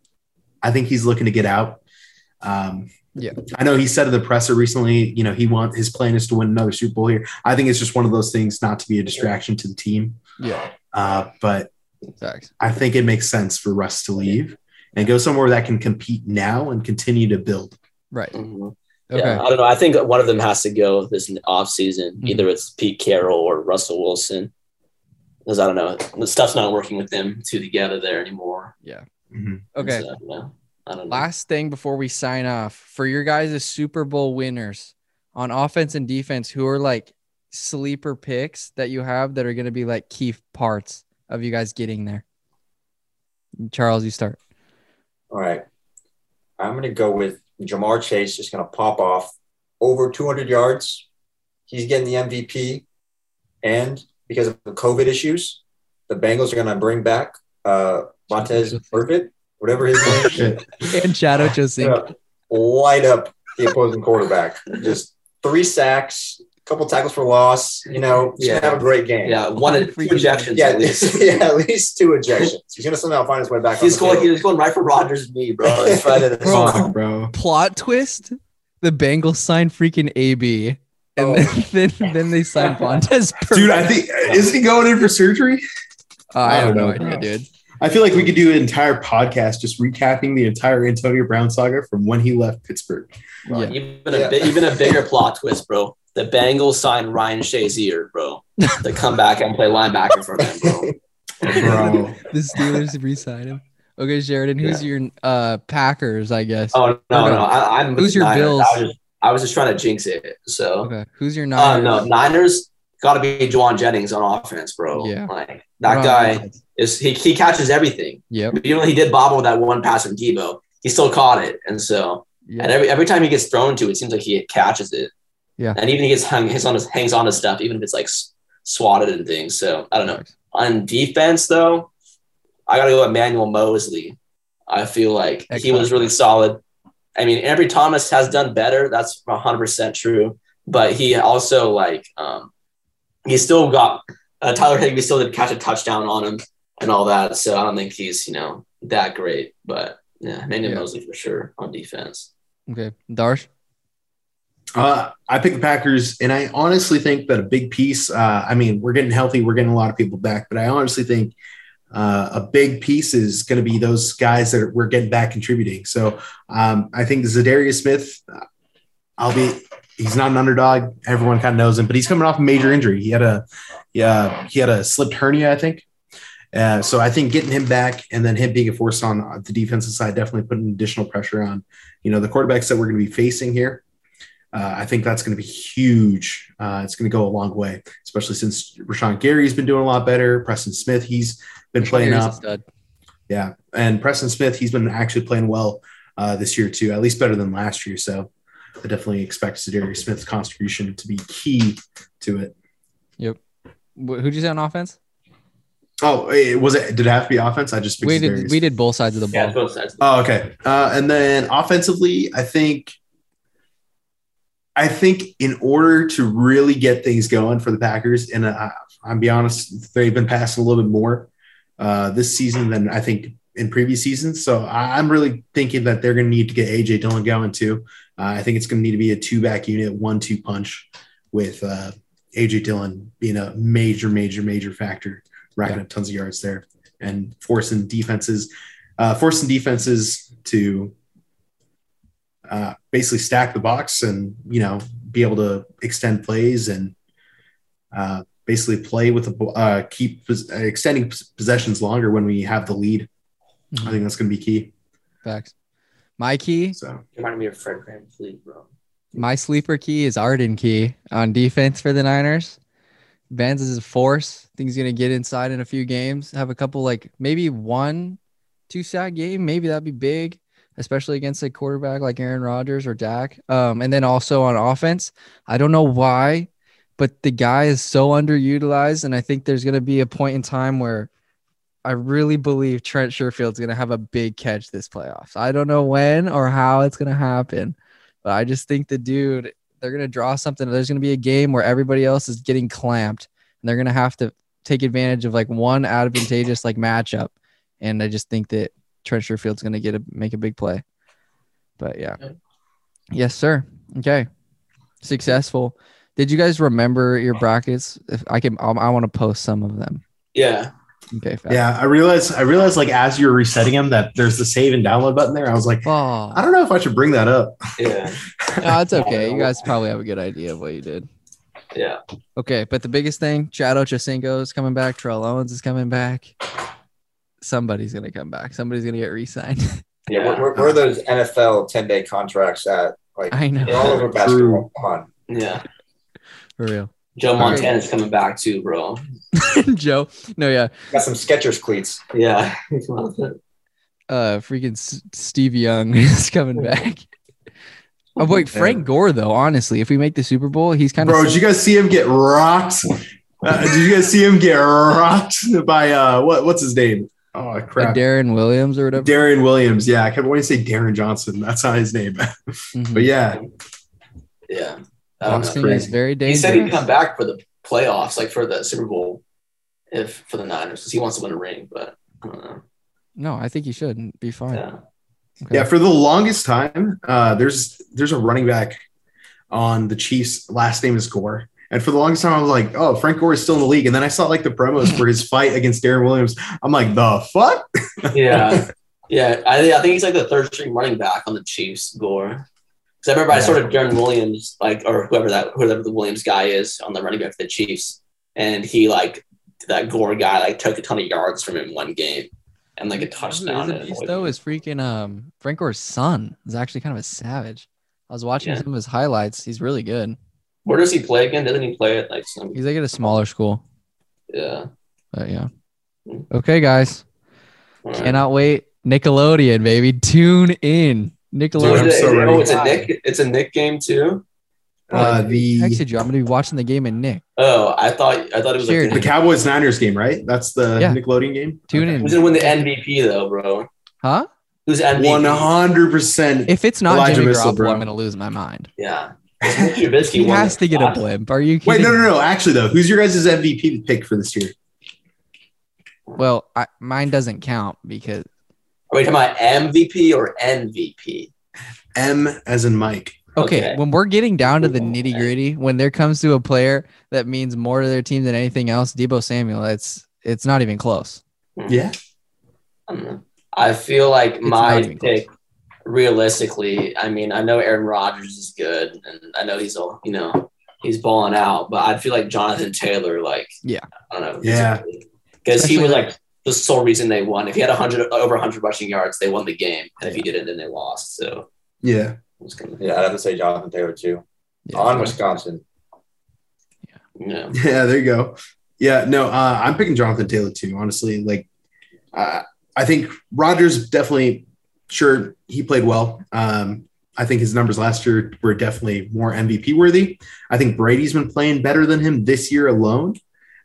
Speaker 3: I think he's looking to get out. Um,
Speaker 1: Yeah.
Speaker 3: I know he said in the presser recently, you know, he want his plan is to win another Super Bowl here. I think it's just one of those things not to be a distraction to the team.
Speaker 1: Yeah.
Speaker 3: Uh, but
Speaker 1: Facts.
Speaker 3: I think it makes sense for Russ to leave and go somewhere that can compete now and continue to build.
Speaker 1: Right.
Speaker 2: Mm-hmm.
Speaker 5: Mhm.
Speaker 1: Okay.
Speaker 5: Yeah, I don't know. I think one of them has to go this off season.
Speaker 1: Mhm.
Speaker 5: Either it's Pete Carroll or Russell Wilson, because I don't know. The stuff's not working with them two together there anymore.
Speaker 3: Mhm.
Speaker 1: Okay.
Speaker 5: So, I don't know. I don't know.
Speaker 1: Last thing before we sign off for your guys as Super Bowl winners on offense and defense, who are like sleeper picks that you have that are going to be like key parts of you guys getting there. Charles, you start.
Speaker 4: All right. I'm going to go with Jamar Chase, just going to pop off over 200 yards. He's getting the MVP. And because of the COVID issues, the Bengals are going to bring back uh, Montez Burfitt, whatever his name is.
Speaker 3: Shit.
Speaker 1: And Shadow Joseph.
Speaker 4: gonna light up the opposing quarterback. Just three sacks, a couple tackles for loss. You know, he's
Speaker 2: Yeah.
Speaker 4: gonna have a great game.
Speaker 2: Yeah, one of two ejections
Speaker 4: yeah,
Speaker 2: at least.
Speaker 4: yeah, at least two ejections. He's gonna somehow find his way back.
Speaker 2: He's
Speaker 4: on the
Speaker 2: going,
Speaker 4: field.
Speaker 2: he's going right for Rogers' knee, bro. It's right in the
Speaker 1: Bro.
Speaker 2: song.
Speaker 3: Fuck, bro.
Speaker 1: Plot twist the Bengals sign freaking AB. And
Speaker 4: Oh.
Speaker 1: then, then, then they sign Montez.
Speaker 3: Dude, I think isn't he going in for surgery?
Speaker 1: Oh, I
Speaker 3: I
Speaker 1: have
Speaker 3: don't
Speaker 1: no
Speaker 3: know,
Speaker 1: idea, dude.
Speaker 3: I feel like we could do an entire podcast just recapping the entire Antonio Brown saga from when he left Pittsburgh.
Speaker 1: Yeah.
Speaker 5: Even a
Speaker 4: Yeah.
Speaker 5: bi- even a bigger plot twist, bro. The Bengals signed Ryan Shazier, bro, to come back and play linebacker for them, bro.
Speaker 3: Bro.
Speaker 1: The Steelers re-sign him. Okay, Sheridan, who's your uh Packers, I guess.
Speaker 2: Oh no,
Speaker 1: Okay.
Speaker 2: no, I, I'm. with
Speaker 1: Who's
Speaker 2: the
Speaker 1: your
Speaker 2: Niners.
Speaker 1: Bills?
Speaker 2: I was, just, I was just trying to jinx it. So,
Speaker 1: Okay. Who's your
Speaker 2: oh
Speaker 1: nine?
Speaker 2: no, Niners got to be Juwan Jennings on offense, bro.
Speaker 1: Yeah.
Speaker 2: like that guy is he, he catches everything.
Speaker 1: Yep.
Speaker 2: Even when he did bobble that one pass from Debo, he still caught it, and so and
Speaker 1: Yeah.
Speaker 2: every every time he gets thrown to, it seems like he catches it.
Speaker 1: Yeah.
Speaker 2: and even he gets hung, hangs on his hangs on to stuff, even if it's like s- swatted and things. So I don't know. On defense, though, I got to go Emmanuel Mosley. I feel like he
Speaker 1: Excellent.
Speaker 2: was really solid. I mean, Ambry Thomas has done better. That's 100% true. But he also, like, um, he still got uh, Tyler Higby still did catch a touchdown on him and all that. So I don't think he's, you know, that great. But yeah, Emmanuel
Speaker 1: Yeah.
Speaker 2: Mosley for sure on defense.
Speaker 1: Okay. Darsh.
Speaker 3: Uh, I pick the Packers, and I honestly think that a big piece. Uh, I mean, we're getting healthy, we're getting a lot of people back, but I honestly think uh, a big piece is going to be those guys that are, we're getting back contributing. So um, I think Zadarius Smith. uh, I'll be. He's not an underdog. Everyone kind of knows him, but he's coming off a major injury. He had a, yeah, he had a slipped hernia, I think. Uh, so I think getting him back and then him being a force on the defensive side definitely put an additional pressure on, you know, the quarterbacks that we're going to be facing here. Uh, I think that's going to be huge. Uh, it's going to go a long way, especially since Rashawn Gary's been doing a lot better. Preston Smith, he's been playing
Speaker 1: Here's a
Speaker 3: up.
Speaker 1: stud.
Speaker 3: Yeah, and Preston Smith, he's been actually playing well uh, this year too, at least better than last year. So I definitely expect Zadarius Smith's contribution to be key to it.
Speaker 1: Wh- Who'd you say on offense?
Speaker 3: Oh, it, was it? Did it have to be offense? I just picked
Speaker 1: We did
Speaker 3: Zadarius.
Speaker 1: we did both sides of the ball.
Speaker 2: Yeah, both sides.
Speaker 3: Oh, okay. Uh, and then offensively, I think, I think in order to really get things going for the Packers, and uh, I'll be honest, they've been passing a little bit more uh, this season than I think in previous seasons. So I, I'm really thinking that they're going to need to get AJ Dillon going too. Uh, I think it's going to need to be a two back unit, one two punch with uh, AJ Dillon being a major, major, major factor, racking up tons of yards there and forcing defenses, uh, forcing defenses to uh, basically stack the box and you know be able to extend plays and uh, basically play with the uh, keep pos- extending pos- possessions longer when we have the lead.
Speaker 1: Mhm.
Speaker 3: I think that's going to be key.
Speaker 1: Facts. My key,
Speaker 3: So
Speaker 2: Reminded me of Fred Graham Fleet, bro.
Speaker 1: my sleeper key is Arden Key on defense for the Niners. Benz is a force. I think he's gonna get inside in a few games. Have a couple like maybe one, two sack game. Maybe that'd be big, especially against a quarterback like Aaron Rodgers or Dak. Um, and then also on offense, I don't know why, but the guy is so underutilized, and I think there's gonna be a point in time where I really believe Trent Sherfield's gonna have a big catch this playoffs. I don't know when or how it's gonna happen. But I just think the dude, they're gonna draw something. There's gonna be a game where everybody else is getting clamped, and they're gonna have to take advantage of like one advantageous like matchup. And I just think that Trent Sherfield's gonna get a make a big play. But yeah,
Speaker 2: Yep.
Speaker 1: yes, sir. Okay, successful. Did you guys remember your brackets? If I can, um, I, I want to post some of them.
Speaker 2: Yeah.
Speaker 1: Okay, fast.
Speaker 3: yeah, I realized I realized like as you were resetting them that there's the save and download button there. I was like,
Speaker 1: Oh,
Speaker 3: I don't know if I should bring that up.
Speaker 2: Yeah.
Speaker 1: no, it's okay. You guys probably have a good idea of what you did.
Speaker 2: Yeah.
Speaker 1: Okay, but the biggest thing, Chad Ochocinco is coming back. Terrell Owens is coming back. Somebody's gonna come back. Somebody's gonna get re-signed.
Speaker 4: Yeah, where,
Speaker 2: Yeah.
Speaker 4: where, where are those NFL 10 day contracts at? Like,
Speaker 1: I know
Speaker 4: they're all over basketball. Come on.
Speaker 2: Yeah.
Speaker 1: for real.
Speaker 2: Joe
Speaker 1: All right.
Speaker 2: Montana's coming back too, bro.
Speaker 1: Joe, no, yeah,
Speaker 4: Got some Skechers cleats.
Speaker 2: Yeah.
Speaker 1: uh, freaking S- Steve Young is coming back. Oh wait, Frank Gore though. Honestly, if we make the Super Bowl, he's kind
Speaker 3: Bro,
Speaker 1: of
Speaker 3: did you guys see him get rocked? Uh, did you guys see him get rocked by uh what what's his name? Oh crap.
Speaker 1: Darren Williams or whatever.
Speaker 3: Darren Williams. Yeah, I kept wanting to say Darren Johnson. That's not his name.
Speaker 1: Mhm.
Speaker 3: but yeah,
Speaker 2: yeah. I don't know.
Speaker 1: Boxing is
Speaker 3: crazy.
Speaker 1: very
Speaker 2: He
Speaker 1: dangerous.
Speaker 2: said he'd come back for the playoffs, like for the Super Bowl, if for the Niners, because he wants to win a ring. But I don't know.
Speaker 1: no, I think he should be fine.
Speaker 2: Yeah.
Speaker 1: Okay.
Speaker 3: yeah, for the longest time, uh there's there's a running back on the Chiefs. Last name is Gore. And for the longest time, I was like, oh, Frank Gore is still in the league. And then I saw like the promos for his fight against Darren Williams. I'm like, the fuck?
Speaker 2: Yeah. yeah. I, thi- I think he's like the third string running back on the Chiefs, Gore. Because I remember I
Speaker 3: Yeah.
Speaker 2: sort of Darren Williams, like, or whoever that, whoever the Williams guy is on the running back for the Chiefs. And he, like, that Gore guy, like, took a ton of yards from him one game and, like, a touchdown.
Speaker 1: Who is a
Speaker 2: and-
Speaker 1: beast though is freaking um Frank Gore's son is actually kind of a savage. I was watching
Speaker 2: Yeah.
Speaker 1: some of his highlights. He's really good.
Speaker 2: Where does he play again? Doesn't he play at, like, some,
Speaker 1: He's like at a smaller school,
Speaker 2: yeah.
Speaker 1: but yeah.
Speaker 2: Mm.
Speaker 1: Okay, guys,
Speaker 2: All right.
Speaker 1: cannot wait. Nickelodeon, baby, tune in.
Speaker 2: Dude,
Speaker 3: I'm
Speaker 1: Nickelodeon.
Speaker 2: it-
Speaker 3: so ready.
Speaker 2: oh, it's a Nick. It's a Nick game too.
Speaker 3: Uh, the
Speaker 1: Oh, texted you. I'm gonna be watching the game in Nick.
Speaker 2: Oh, I thought I thought it was
Speaker 1: Sure,
Speaker 2: like
Speaker 3: The
Speaker 1: dude.
Speaker 2: the,
Speaker 3: Cowboys Niners game, right? That's the
Speaker 1: Yeah.
Speaker 3: Nickelodeon game.
Speaker 1: Tune
Speaker 2: who's
Speaker 1: in,
Speaker 2: gonna win the MVP though, bro?
Speaker 1: huh?
Speaker 2: Who's MVP?
Speaker 3: One hundred percent.
Speaker 1: If it's not
Speaker 3: Elijah
Speaker 1: Jimmy
Speaker 3: Mitchell,
Speaker 1: Garoppolo,
Speaker 3: bro.
Speaker 1: I'm gonna lose my mind.
Speaker 2: Yeah, Nick Trubisky
Speaker 1: He
Speaker 2: won
Speaker 1: has
Speaker 2: it.
Speaker 1: to get a blimp. Are you
Speaker 3: Wait,
Speaker 1: kidding?
Speaker 3: no, no, no. Actually, though, who's your guys' MVP pick for this year?
Speaker 1: Well, I, mine doesn't count because
Speaker 2: Are we talking about MVP or MVP?
Speaker 3: M as in Mike.
Speaker 1: Okay,
Speaker 2: Okay.
Speaker 1: when we're getting down to the
Speaker 2: Okay.
Speaker 1: nitty gritty, when there comes to a player that means more to their team than anything else, Debo Samuel, it's it's not even close.
Speaker 3: Yeah.
Speaker 2: I don't know. Um, I feel
Speaker 1: not
Speaker 2: like my
Speaker 1: even close.
Speaker 2: pick, realistically, I mean, I know Aaron Rodgers is good, and I know he's all you know he's balling out, but I feel like Jonathan Taylor, like
Speaker 1: Yeah.
Speaker 2: I don't know,
Speaker 3: Yeah.
Speaker 2: because he was
Speaker 1: Especially-
Speaker 2: like the sole reason they won. If he had hundred over hundred rushing yards, they won the game, and if he didn't, then they lost. So
Speaker 3: Yeah.
Speaker 2: it was kind of
Speaker 4: Yeah, I'd have to say Jonathan Taylor, too.
Speaker 1: Yeah.
Speaker 4: On Wisconsin.
Speaker 2: you know,
Speaker 3: Yeah, there you go. Yeah, no, uh, I'm picking Jonathan Taylor too. Honestly, like, uh, I think Rogers definitely. Sure, he played well. Um, I think his numbers last year were definitely more MVP worthy. I think Brady's been playing better than him this year alone.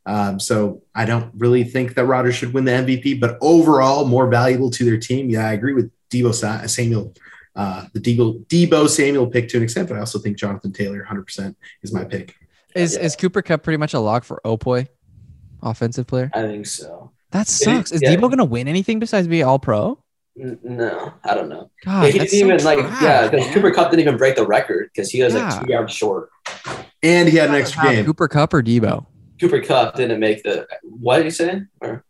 Speaker 3: Um, so I don't really think that Rodgers should win the MVP, but overall more valuable to their team. Yeah, I agree with Debo Sa- Samuel, uh, the Debo, Debo Samuel pick to an extent, but I also think Jonathan Taylor 100% is my pick.
Speaker 1: Is is Cooper Cup pretty much a lock for Opoy, offensive player?
Speaker 2: I think so.
Speaker 1: That sucks. Is
Speaker 2: yeah.
Speaker 1: Debo gonna win anything besides be All Pro?
Speaker 2: N- No, I don't know.
Speaker 1: God, Ah,
Speaker 2: he
Speaker 1: that's
Speaker 2: didn't even
Speaker 1: so
Speaker 2: like
Speaker 1: trash,
Speaker 2: yeah. Because
Speaker 1: man.
Speaker 2: Cooper Cup didn't even break the record because he was
Speaker 1: Yeah.
Speaker 2: like two yards short.
Speaker 3: And he had an extra
Speaker 1: Have
Speaker 3: game.
Speaker 1: Cooper Cup or Debo?
Speaker 2: Cooper Cup didn't make the. What did you say? Or,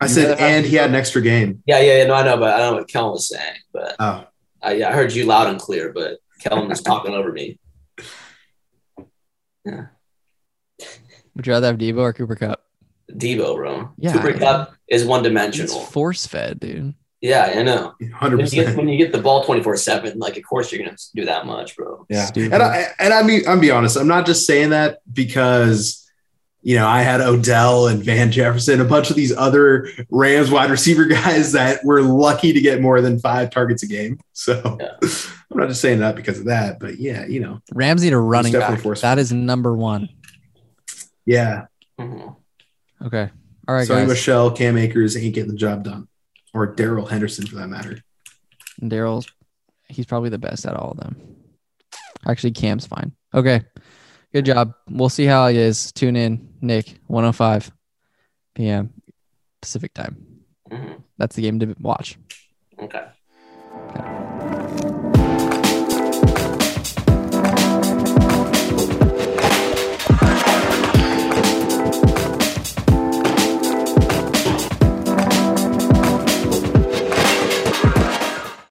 Speaker 3: I said, and he had an extra game.
Speaker 2: yeah, yeah, yeah. No, I know, but I don't know what Kellen was saying. But
Speaker 3: Oh,
Speaker 2: I, yeah, I heard you loud and clear, but Kellen was talking over me.
Speaker 1: Would you rather have Debo or Cooper Cup?
Speaker 2: Debo, bro.
Speaker 1: Yeah,
Speaker 2: Cooper
Speaker 1: I-
Speaker 2: Cup is one
Speaker 1: It's
Speaker 2: dimensional.
Speaker 1: force fed, dude.
Speaker 2: yeah, I know. When you, get,
Speaker 3: 100%.
Speaker 2: when you get the ball 24 7, like, of course you're going to do that much, bro.
Speaker 3: Yeah.
Speaker 1: Stupid.
Speaker 3: And I, and I mean, I'm be honest, I'm not just saying that because, you know, I had Odell and Van Jefferson, a bunch of these other Rams wide receiver guys that were lucky to get more than five targets a game. So
Speaker 2: Yeah.
Speaker 3: I'm not just saying that because of that, but yeah, you know,
Speaker 1: Ramsey to running
Speaker 3: definitely
Speaker 1: back.
Speaker 3: force-fed.
Speaker 1: That is number one.
Speaker 3: yeah.
Speaker 2: Mhm.
Speaker 1: Okay. All right,
Speaker 3: Sorry,
Speaker 1: guys.
Speaker 3: Michelle, Cam Akers ain't getting the job done, or Daryl Henderson for that matter.
Speaker 1: Daryl's, he's probably the best at all of them. Actually, Cam's fine. Okay. Good job. We'll see how he is. Tune in, Nick, 105 p.m. Pacific time.
Speaker 2: Mhm.
Speaker 1: That's the game to watch.
Speaker 2: Okay.
Speaker 1: Okay.